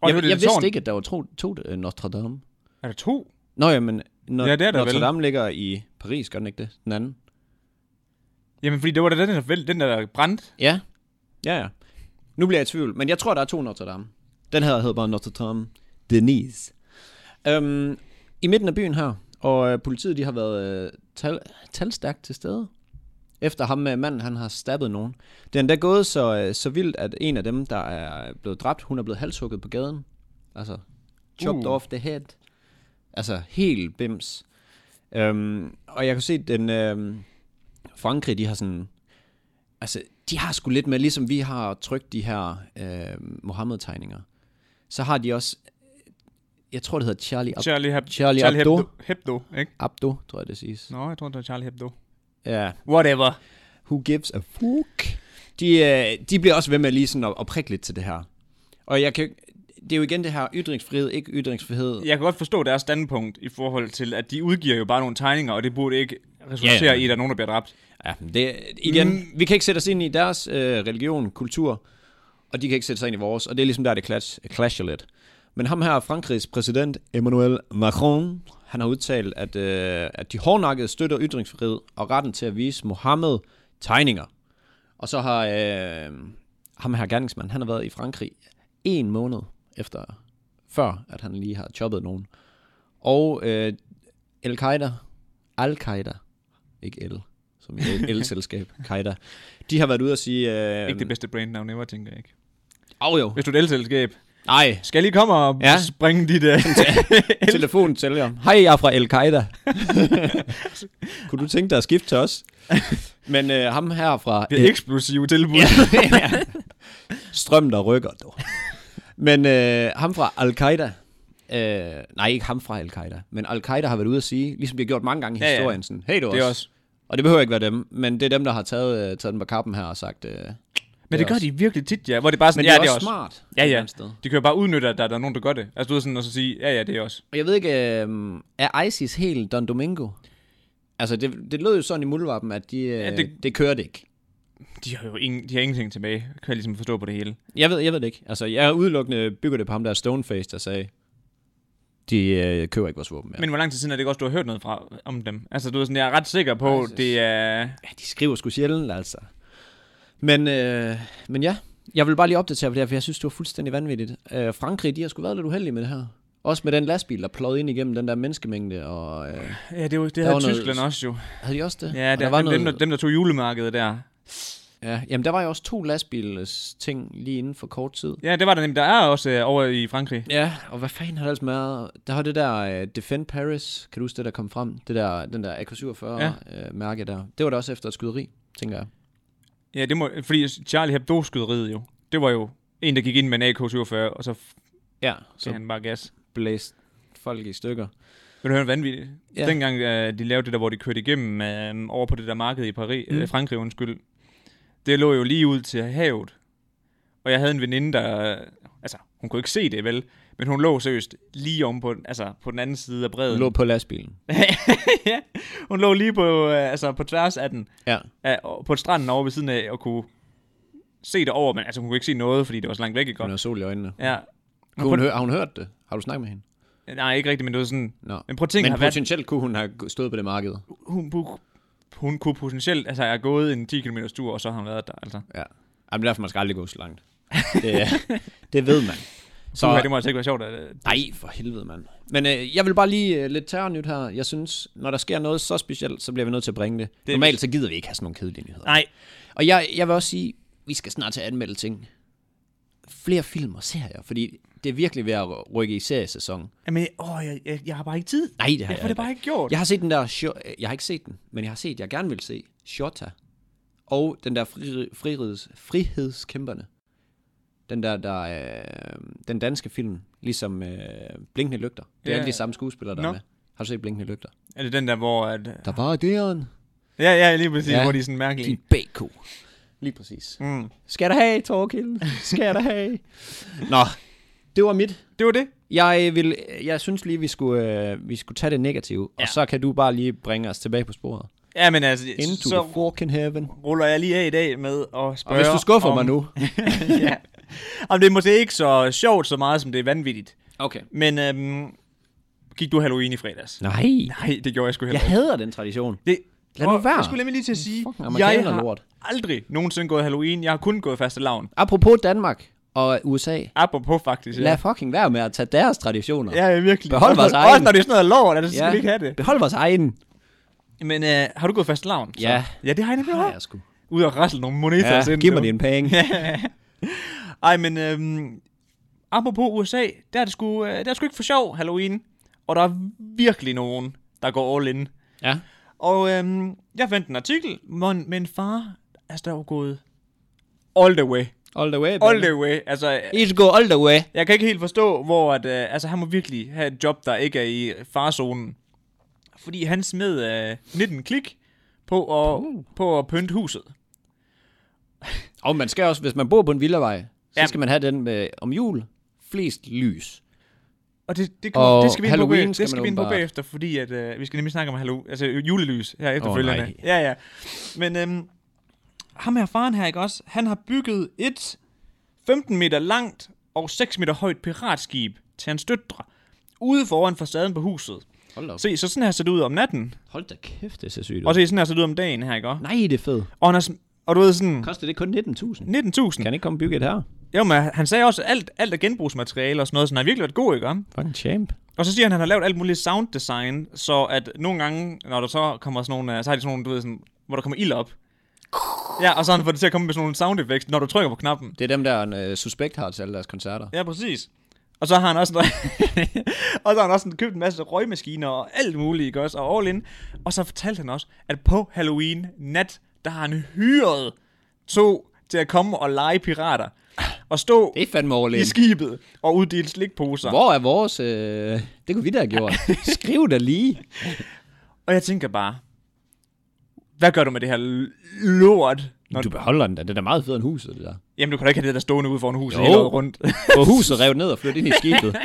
B: Og
A: Jeg, jeg
B: nu er det et
A: vidste
B: tårn.
A: ikke, at der var to, to øh, Notre Dame.
B: Er der to?
A: Nå ja, men no,
B: Ja, det er der
A: Notre
B: vel.
A: Dame ligger i Paris, gør den ikke det? Den anden?
B: Jamen, fordi det var da den, der, vælt- den der brændte.
A: Ja. Ja, ja. Nu bliver jeg i tvivl, men jeg tror, der er to Notre Dame. Den her hedder bare Notre Dame de Nice. Øhm, I midten af byen her, og øh, politiet de har været øh, tal, talstærkt til stede. Efter ham med manden, han har stabbet nogen. Det er endda gået så, øh, så vildt, at en af dem, der er blevet dræbt, hun er blevet halshugget på gaden. Altså, chopped
B: Uh.
A: uh. off the head. Altså, helt bims. Øhm, og jeg kunne se, den øhm, Frankrig, de har sådan... Altså, de har sgu lidt med, ligesom vi har trykt de her øh, Mohammed-tegninger. Så har de også, jeg tror, det hedder Charlie Ab-
B: Charlie, Heb-
A: Charlie Hebdo.
B: Hebdo. Hebdo, ikke?
A: Abdo, tror jeg, det siges.
B: Nå, jeg tror, det var Charlie Hebdo.
A: Ja,
B: Whatever.
A: who gives a fuck? De, øh, de bliver også ved med lige sådan at, at prikke lidt til det her. Og jeg kan jo ikke- det er jo igen det her ytringsfrihed, ikke ytringsfrihed.
B: Jeg kan godt forstå deres standpunkt i forhold til, at de udgiver jo bare nogle tegninger, og det burde ikke resultere
A: Ja,
B: ja,
A: ja.
B: ja. i, at der er nogen, der bliver dræbt.
A: Ja, det, igen, mm. vi kan ikke sætte os ind i deres øh, religion, kultur, og de kan ikke sætte sig ind i vores, og det er ligesom der, det clash, clasher lidt. Men ham her, Frankrigs præsident Emmanuel Macron, han har udtalt, at, øh, at de hårdnakkede støtter ytringsfrihed og retten til at vise Mohammed tegninger. Og så har øh, ham her gerningsmand, han har været i Frankrig en måned efter, før at han lige har choppet nogen. Og øh, Al-Qaida, Al-Qaida, ikke L, som i L-selskab, Qaida, de har været ude og sige... Øh,
B: Ikke det bedste brandnavn ever, tænker jeg ikke.
A: Åh jo.
B: Hvis du er et elselskab,
A: Nej,
B: skal jeg lige komme og
A: Ja.
B: ja. springe dit... Uh...
A: telefonen sælger. Hej, jeg er fra Al-Qaida. Kunne du tænke dig at skifte til os? Men øh, ham her fra...
B: Det eksplosive tilbud. Ja.
A: ja. Strøm, der rykker, du. Men øh, ham fra Al-Qaida, øh, nej ikke ham fra Al-Qaida, men Al-Qaida har været ude at sige, ligesom de har gjort mange gange i
B: Ja, ja.
A: historien, sådan, hey du
B: Det er
A: også.
B: også.
A: Og det behøver ikke være dem, men det er dem, der har taget, øh, taget den på kappen her og sagt, øh, men
B: Men det gør de virkelig tit, ja. Hvor det bare sådan,
A: Men
B: ja,
A: det er
B: det
A: også
B: er også.
A: smart.
B: Ja,
A: et eller
B: ja.
A: andet sted.
B: De kan jo bare udnytte, at der, der er nogen, der gør det. Altså, du ved sådan, og så sige, ja, ja, det er også.
A: Og jeg ved ikke, øh, er ISIS helt Don Domingo? Altså, det, det lød jo sådan i muldvarpen, at de, øh, ja,
B: Ja,
A: det...
B: det-
A: det kørte ikke.
B: de har jo ingen, de har ingenting tilbage. Kan jeg ligesom forstå på det hele.
A: Jeg ved, jeg ved det ikke. Altså, jeg udelukkende bygger det på ham der Stoneface, der sagde, de øh, køber ikke vores våben mere.
B: Men hvor lang tid siden er det ikke også, du har hørt noget fra om dem? Altså, du er sådan, jeg er ret sikker på,
A: Altså,
B: det er...
A: Ja, de skriver sgu sjældent, altså. Men, øh, men ja, jeg vil bare lige opdatere på det her, for jeg synes, det var fuldstændig vanvittigt. Øh, Frankrig, de har sgu været lidt uheldige med det her. Også med den lastbil, der pløjede ind igennem den der menneskemængde, og øh,
B: Ja, det, er jo- det
A: var
B: havde
A: noget-
B: Tyskland også jo.
A: havde de også det?
B: Ja,
A: og
B: det der var dem, der, dem, der tog julemarkedet der.
A: ja, jamen, der var jo også to lastbils ting lige inden for kort tid.
B: Ja, det var der nemlig. Der er også øh, over i Frankrig.
A: Ja, og hvad fanden har der ellers med? Der var det der uh, Defend Paris, kan du huske det, der kom frem? Det der, den der AK-47-mærke ja. uh, mærke der. Det var da også efter et skyderi, tænker jeg.
B: Ja, det må, fordi Charlie Hebdo-skyderiet jo, det var jo en, der gik ind med en AK-47, og så gav
A: Ja, så
B: han bare gas.
A: blæste folk i stykker.
B: Vil du høre en vanvittig?
A: Ja.
B: Ja. Dengang øh, de lavede det der, hvor de kørte igennem øh, over på det der marked i Paris,
A: Mm.
B: mm. øh, Frankrig, undskyld. Det lå jo lige ud til havet. Og jeg havde en veninde, der... Øh, altså, hun kunne ikke se det, vel? Men hun lå seriøst lige om på, den- altså, på den anden side af bredden.
A: Lå på lastbilen.
B: ja, hun lå lige på, øh, altså, på tværs af den.
A: Ja.
B: af, og- på stranden over ved siden af, og kunne se det over, men altså hun kunne ikke se noget, fordi det var så langt væk, ikke?
A: Hun
B: godt?
A: har sol i øjnene.
B: Ja. Men
A: Kunne hun
B: prøv-
A: høre, har hun hørt det? Har du snakket med hende?
B: Nej, ikke rigtigt, men det var sådan...
A: Nå.
B: Men prøv at tænke,
A: Men
B: har været,
A: potentielt kunne hun have stået på det marked.
B: hun, hun, hun kunne potentielt, altså jeg har gået en 10 km tur, og så har hun været der, altså.
A: Ja. Jamen, derfor man skal aldrig gå så langt. Det, det ved man.
B: Så Uha, det må altså ikke være sjovt. At, øh,
A: Nej, for helvede, mand. Men øh, jeg vil bare lige øh, lidt terrornyt her. Jeg synes, når der sker noget så specielt, så bliver vi nødt til at bringe det. det
B: Det-
A: Normalt så gider vi ikke have sådan nogle kedelige nyheder.
B: nej,
A: Og jeg, jeg vil også sige, vi skal snart til at anmelde ting. Flere film og serier, fordi det er virkelig ved at rykke i seriesæson.
B: men åh, jeg, jeg, jeg, har bare ikke tid.
A: Nej, det har jeg
B: jeg får det
A: ikke.
B: bare ikke gjort.
A: Jeg har set den der, Sho- øh, jeg har ikke set den, men jeg har set, jeg gerne vil se, Shota. Og den der fri, friheds, frihedskæmperne. Den der, der øh, den danske film, ligesom øh, Blinkende Lygter. Det er
B: Ja.
A: alle de samme skuespillere, der
B: Nå.
A: er med. Har du set Blinkende Lygter?
B: Er det den der, hvor... At, øh,
A: Der var døren.
B: ja, ja, lige præcis,
A: Ja.
B: ja. hvor de er sådan mærkelige.
A: Din BK. Lige præcis.
B: Mm.
A: Skal der have, Torkild? Skal der have? Nå, det var mit.
B: Det var det.
A: Jeg, vil, jeg synes lige, vi skulle, øh, vi skulle tage det negative, ja.
B: Ja.
A: og så kan du bare lige bringe os tilbage på sporet.
B: Ja, men altså,
A: Into
B: så
A: the fucking heaven.
B: ruller jeg lige af i dag med at spørge
A: Og hvis du skuffer
B: om,
A: mig nu.
B: ja. Jamen, det er måske ikke så sjovt så meget, som det er vanvittigt.
A: Okay.
B: Men øhm, gik du Halloween i fredags?
A: Nej.
B: Nej, det gjorde jeg sgu heller
A: Jeg
B: ikke.
A: hader den tradition.
B: Det,
A: Lad nu
B: Og
A: være.
B: Jeg skulle nemlig lige til at sige,
A: Fucking
B: jeg
A: amerikaner
B: har
A: lort.
B: aldrig nogensinde gået Halloween. Jeg har kun gået faste lavn.
A: Apropos Danmark og USA.
B: Apropos faktisk.
A: Lad fucking være med at tage deres traditioner.
B: Ja, ja virkelig.
A: Behold
B: Også-
A: vores egen.
B: Også når det er sådan noget lort, altså, så skal vi ikke have det.
A: Behold vores egen.
B: Men øh, har du gået faste lavn? så?
A: Ja.
B: Ja, det har jeg nemlig
A: Ja,
B: også.
A: jeg sgu.
B: Ud og rasle nogle moneter.
A: Ja, giv mig dine penge.
B: Ej, men øhm, apropos USA, der er, det sgu, øh, der er sgu ikke for sjov Halloween. Og der er virkelig nogen, der går all in.
A: Ja.
B: Og øhm, jeg fandt en artikel hvor en- med en far, altså der var gået all the way.
A: All the way.
B: All
A: baby.
B: the way. Altså, øh,
A: It's go all the way.
B: jeg kan ikke helt forstå, hvor at, øh, altså, han må virkelig have et job, der ikke er i farzonen. Fordi han smed øh, 19 klik på at,
A: Uh.
B: på at pynte huset.
A: Og man skal også, hvis man bor på en villavej, så
B: Ja.
A: skal man have den med, om jul, flest lys.
B: Og det, det, kan,
A: Og
B: det skal vi ind på,
A: Halloween
B: bag,
A: skal
B: det skal
A: man
B: vi ind på
A: åbenbart-
B: bagefter, fordi at, øh, vi skal nemlig snakke om Halloween, altså julelys her efterfølgende.
A: nej.
B: ja, ja. Men øhm, ham her faren her, ikke også? Han har bygget et 15 meter langt og 6 meter højt piratskib til hans døtre ude foran facaden på huset.
A: Hold da, op.
B: Se, så sådan her ser det ud om natten,
A: Hold da kæft, det ser sygt ud.
B: og se, sådan her ser det ud om dagen her, ikke også?
A: Nej, det er fedt.
B: Og, han er, sm- og du ved sådan...
A: Koster det kun 19.000?
B: 19.000.
A: Kan ikke komme og bygge et her?
B: Jo, men han sagde også, at alt, alt er genbrugsmateriale og sådan noget, så han har virkelig været god, ikke?
A: Fucking champ.
B: Og så siger han, at han har lavet alt muligt sounddesign, så at nogle gange, når der så kommer sådan nogle, øh, så har de sådan nogle, du ved, sådan, hvor der kommer ild op. Ja, og så har han fået det til at komme med sådan nogle sound effects, når du trykker på knappen.
A: Det er dem, der er en uh, suspekt har til alle deres koncerter.
B: Ja, præcis. Og så har han også, og så har han også sådan købt en masse røgmaskiner og alt muligt, ikke også? Og all in. Og så fortalte han også, at på Halloween nat, der har han hyret to til at komme og lege pirater. Og stå
A: Det er fandme overlegen.
B: i skibet og uddele slikposer.
A: Hvor er vores... Øh... Det kunne vi da have gjort. Skriv da lige.
B: Og jeg tænker bare, hvad gør du med det her l- lort? Når,
A: Du beholder den da. Det er da meget federe end huset, det der.
B: jamen, du kan da ikke have det der stående ude foran huset
A: Jo.
B: hele året rundt.
A: Få huset revet ned og flyttet ind i skibet.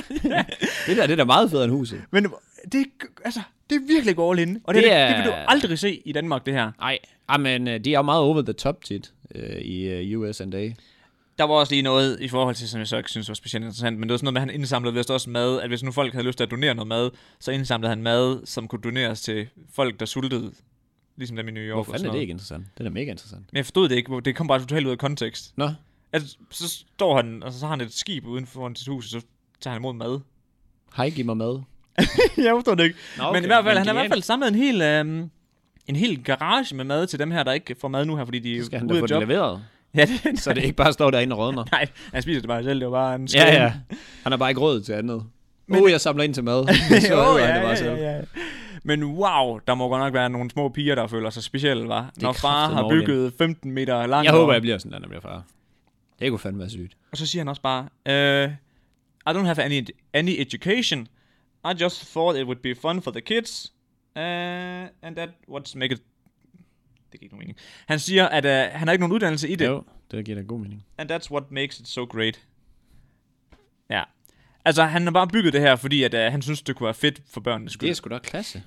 A: det der det er da meget federe end huset.
B: Men det, er- altså, det er virkelig all in. Og det,
A: Det
B: det,
A: er-
B: er...
A: ah,
B: det vil du aldrig se i Danmark, det her.
A: Nej, men øh, de er jo meget over the top tit. øh, i øh, US and A.
B: Der var også lige noget i forhold til, som jeg så ikke synes var specielt interessant, men det var sådan noget med, at han indsamlede vist også mad, at hvis nu folk havde lyst til at donere noget mad, så indsamlede han mad, som kunne doneres til folk, der sultede, ligesom dem i New York.
A: Hvor
B: og sådan
A: fanden er det
B: noget.
A: ikke interessant? Det er da mega interessant.
B: Men jeg forstod det ikke, hvor- det kom bare totalt ud af kontekst.
A: Nå,
B: Altså, så står han, og så har han et skib uden foran sit hus, og så tager han imod mad.
A: hej, giv mig mad.
B: jeg forstår det ikke.
A: Nå,
B: Okay, men i hvert fald, han har i hvert fald samlet en hel, øh, en hel garage med mad til dem her, der ikke får mad nu her, fordi de
A: Så skal
B: er
A: han da
B: ude
A: få
B: af
A: det
B: job.
A: leveret,
B: Ja, det,
A: så det ikke bare står derinde og rådner.
B: Nej, han spiser det bare selv, det var bare en skål.
A: Ja, ja. Han har bare ikke råd til andet. Men,
B: Men-
A: uh, jeg samler ind til mad. Så
B: jo,
A: æder han
B: ja,
A: det bare
B: ja,
A: selv.
B: ja, ja. Men wow, der må godt nok være nogle små piger, der føler sig specielle, var.
A: er
B: Når far
A: kraftedeme
B: har bygget 15 meter lang.
A: Jeg håber, jeg bliver sådan, der, når jeg bliver far. Det kunne fandme være sygt.
B: Og så siger han også bare, uh, I don't have any, any education. I just thought it would be fun for the kids. Uh, and that what's make it... Det giver ikke nogen mening. Han siger, at uh, han har ikke nogen uddannelse i det.
A: Jo, det giver da god mening.
B: And that's what makes it so great. Ja. Altså, han har bare bygget det her, fordi at, uh, han synes, det kunne være fedt for børnenes skyld.
A: Det er sgu da klasse.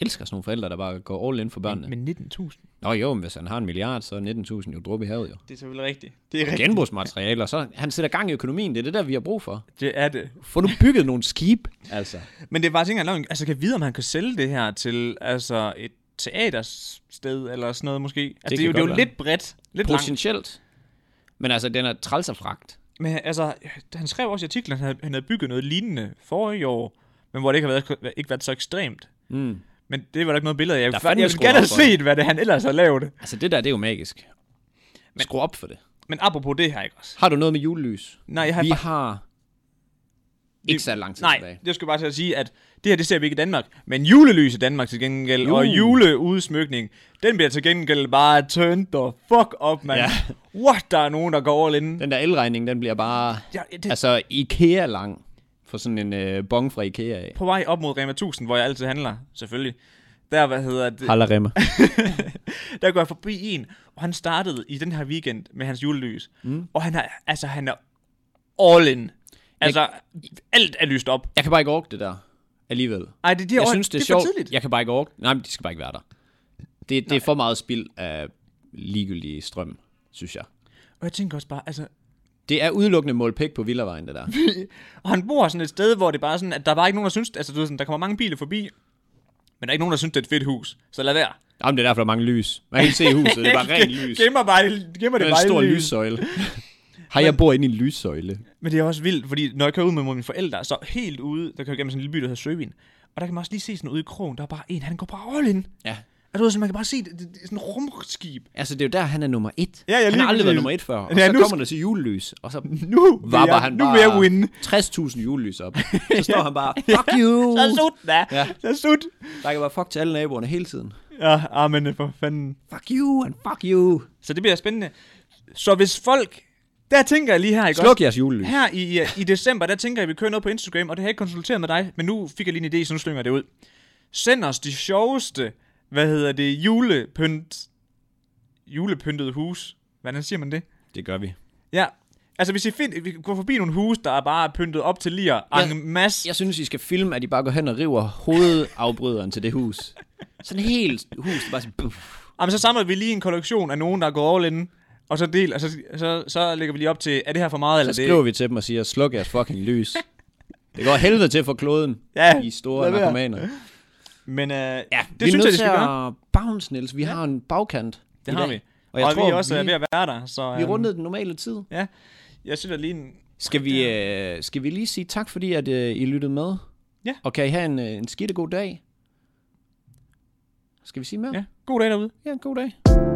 A: Jeg elsker sådan nogle forældre, der bare går all in for børnene.
B: Men 19.000.
A: Nå jo, men hvis han har en milliard, så er 19.000 jo dråbe i havet jo.
B: Det er selvfølgelig rigtigt. Det er
A: Genbrugsmaterialer, så han sætter gang i økonomien. Det er det der, vi har brug for.
B: Det er det.
A: Få nu bygget nogle skib, altså.
B: Men det er faktisk ikke engang løgn. Altså, kan jeg vide, om han kan sælge det her til altså, et teatersted eller sådan noget måske? Altså, det, det,
A: kan
B: er jo, det er jo
A: godt være.
B: lidt bredt. Lidt langt.
A: Potentielt. Men altså, den er træls og fragt.
B: Men altså, han skrev også i artiklen, at han havde- han havde bygget noget lignende forrige år, men hvor det ikke har været, ikke været så ekstremt.
A: Mm.
B: Men det var der ikke noget billede af. Jeg,
A: Der er
B: vil-
A: fandme
B: jeg vil
A: skruet
B: gerne have
A: op for det.
B: set, hvad det han ellers har lavet.
A: Altså, det der, det er jo magisk. Men,
B: Men-
A: Skru op for det.
B: Men apropos det her, ikke også?
A: Har du noget med julelys?
B: Nej, jeg har
A: vi
B: fa-
A: har
B: Vi-
A: ikke så lang tid
B: Nej,
A: tilbage.
B: det skal bare til at sige, at det her, det ser vi ikke i Danmark. Men julelys i Danmark til gengæld,
A: Jul.
B: og juleudsmykning, den bliver til gengæld bare turned the fuck up, mand.
A: Ja.
B: What, der er nogen, der går all in.
A: Den der elregning, den bliver bare...
B: Ja, det er
A: Altså, Ikea-lang. For sådan en øh, bong fra Ikea af.
B: på vej op mod Rema 1000, hvor jeg altid handler, selvfølgelig. Der, hvad hedder det,
A: Halleremme.
B: der går jeg forbi en, og han startede i den her weekend med hans julelys. Mm. Og han er, altså, han er all in. Altså, alt er lyst op.
A: Jeg kan bare ikke orke det der. Alligevel.
B: Ej, det, det,
A: Jeg synes, det er, sjovt.
B: for tidligt.
A: Jeg kan bare ikke orke. Nej, men de skal bare ikke være der. Det, det er for meget spild af ligegyldig strøm, synes jeg.
B: Og jeg tænker også bare, altså,
A: Det er udelukkende målpæk på Villavejen, det der.
B: Og han bor sådan et sted, hvor det bare er sådan, at der var ikke nogen, der synes, altså du ved sådan, der kommer mange biler forbi, men der er ikke nogen, der synes, det er et fedt hus. Så lad være.
A: Jamen, det er derfor, der er mange lys. Man kan ikke se huset, det er bare rent lys. Det
B: Gemmer, bare, gemmer det,
A: er
B: bare
A: en
B: i
A: stor
B: lys.
A: lyssøjle. Har jeg bor inde i en lyssøjle?
B: Men det er også vildt, fordi når jeg kører ud med mine forældre, så helt ude, der kører jeg gennem sådan en lille by, der hedder Søvin. Og der kan man også lige se sådan ude i krogen, der er bare en, han går bare all in.
A: Ja.
B: Og du ved, sådan, man kan bare se, det, det, det er sådan et rumskib.
A: Altså, det er jo der, han er nummer et.
B: Ja, ja,
A: han
B: lige
A: har aldrig været
B: præcis.
A: nummer et før. Og
B: Ja,
A: så
B: nu
A: kommer der til julelys, og så
B: Nu vil
A: vapper
B: jeg,
A: han
B: nu vil jeg win.
A: bare 60.000 julelys op. Så står han bare, fuck you!
B: Så er det slut, da.
A: Ja.
B: Ja. Så er det slut.
A: Der kan bare fuck til alle naboerne hele tiden.
B: Ja, amen, for fanden.
A: Fuck you and fuck you.
B: Så det bliver spændende. Så hvis folk... Der tænker jeg lige her, ikke
A: Sluk jeres julelys.
B: Her i, øh, i- i december, der tænker jeg, at vi kører noget på Instagram, og det har jeg ikke konsulteret med dig, men nu fik jeg lige en idé, så nu slynger jeg det ud. Send os de sjoveste, hvad hedder det, julepynt, julepyntede hus. Hvordan siger man det?
A: Det gør vi.
B: Ja, altså hvis I find, vi går forbi nogle hus, der er bare pyntet op til lier, ja. en masse.
A: Jeg synes, I skal filme, at de bare går hen og river hovedafbryderen til det hus. Sådan helt hus, der bare sådan... Buff.
B: Jamen, så samler vi lige en kollektion af nogen, der er gået all in, og så del, og så, så, så lægger vi lige op til, er det her for meget, eller
A: Så
B: Altså, det?
A: skriver vi til dem og siger, sluk jeres fucking lys. Det går helvede til for kloden.
B: Ja,
A: I store
B: lad være.
A: narkomaner.
B: Men øh, ja,
A: vi
B: det synes jeg, det skal
A: Vi er
B: gøre.
A: nødt til at bounce, Niels. Vi har en bagkant
B: Det
A: i
B: har
A: dag.
B: vi.
A: Og jeg
B: og
A: tror,
B: vi også er
A: vi,
B: ved at være der, så...
A: vi
B: øhm,
A: rundede den normale tid.
B: Ja, jeg synes, at lige en...
A: Skal vi, øh, skal vi lige sige tak, fordi at, øh, I lyttede med?
B: Ja.
A: Og kan I have en, øh, en skidtegod dag? Skal vi sige mere?
B: Ja, god dag derude.
A: ja god dag.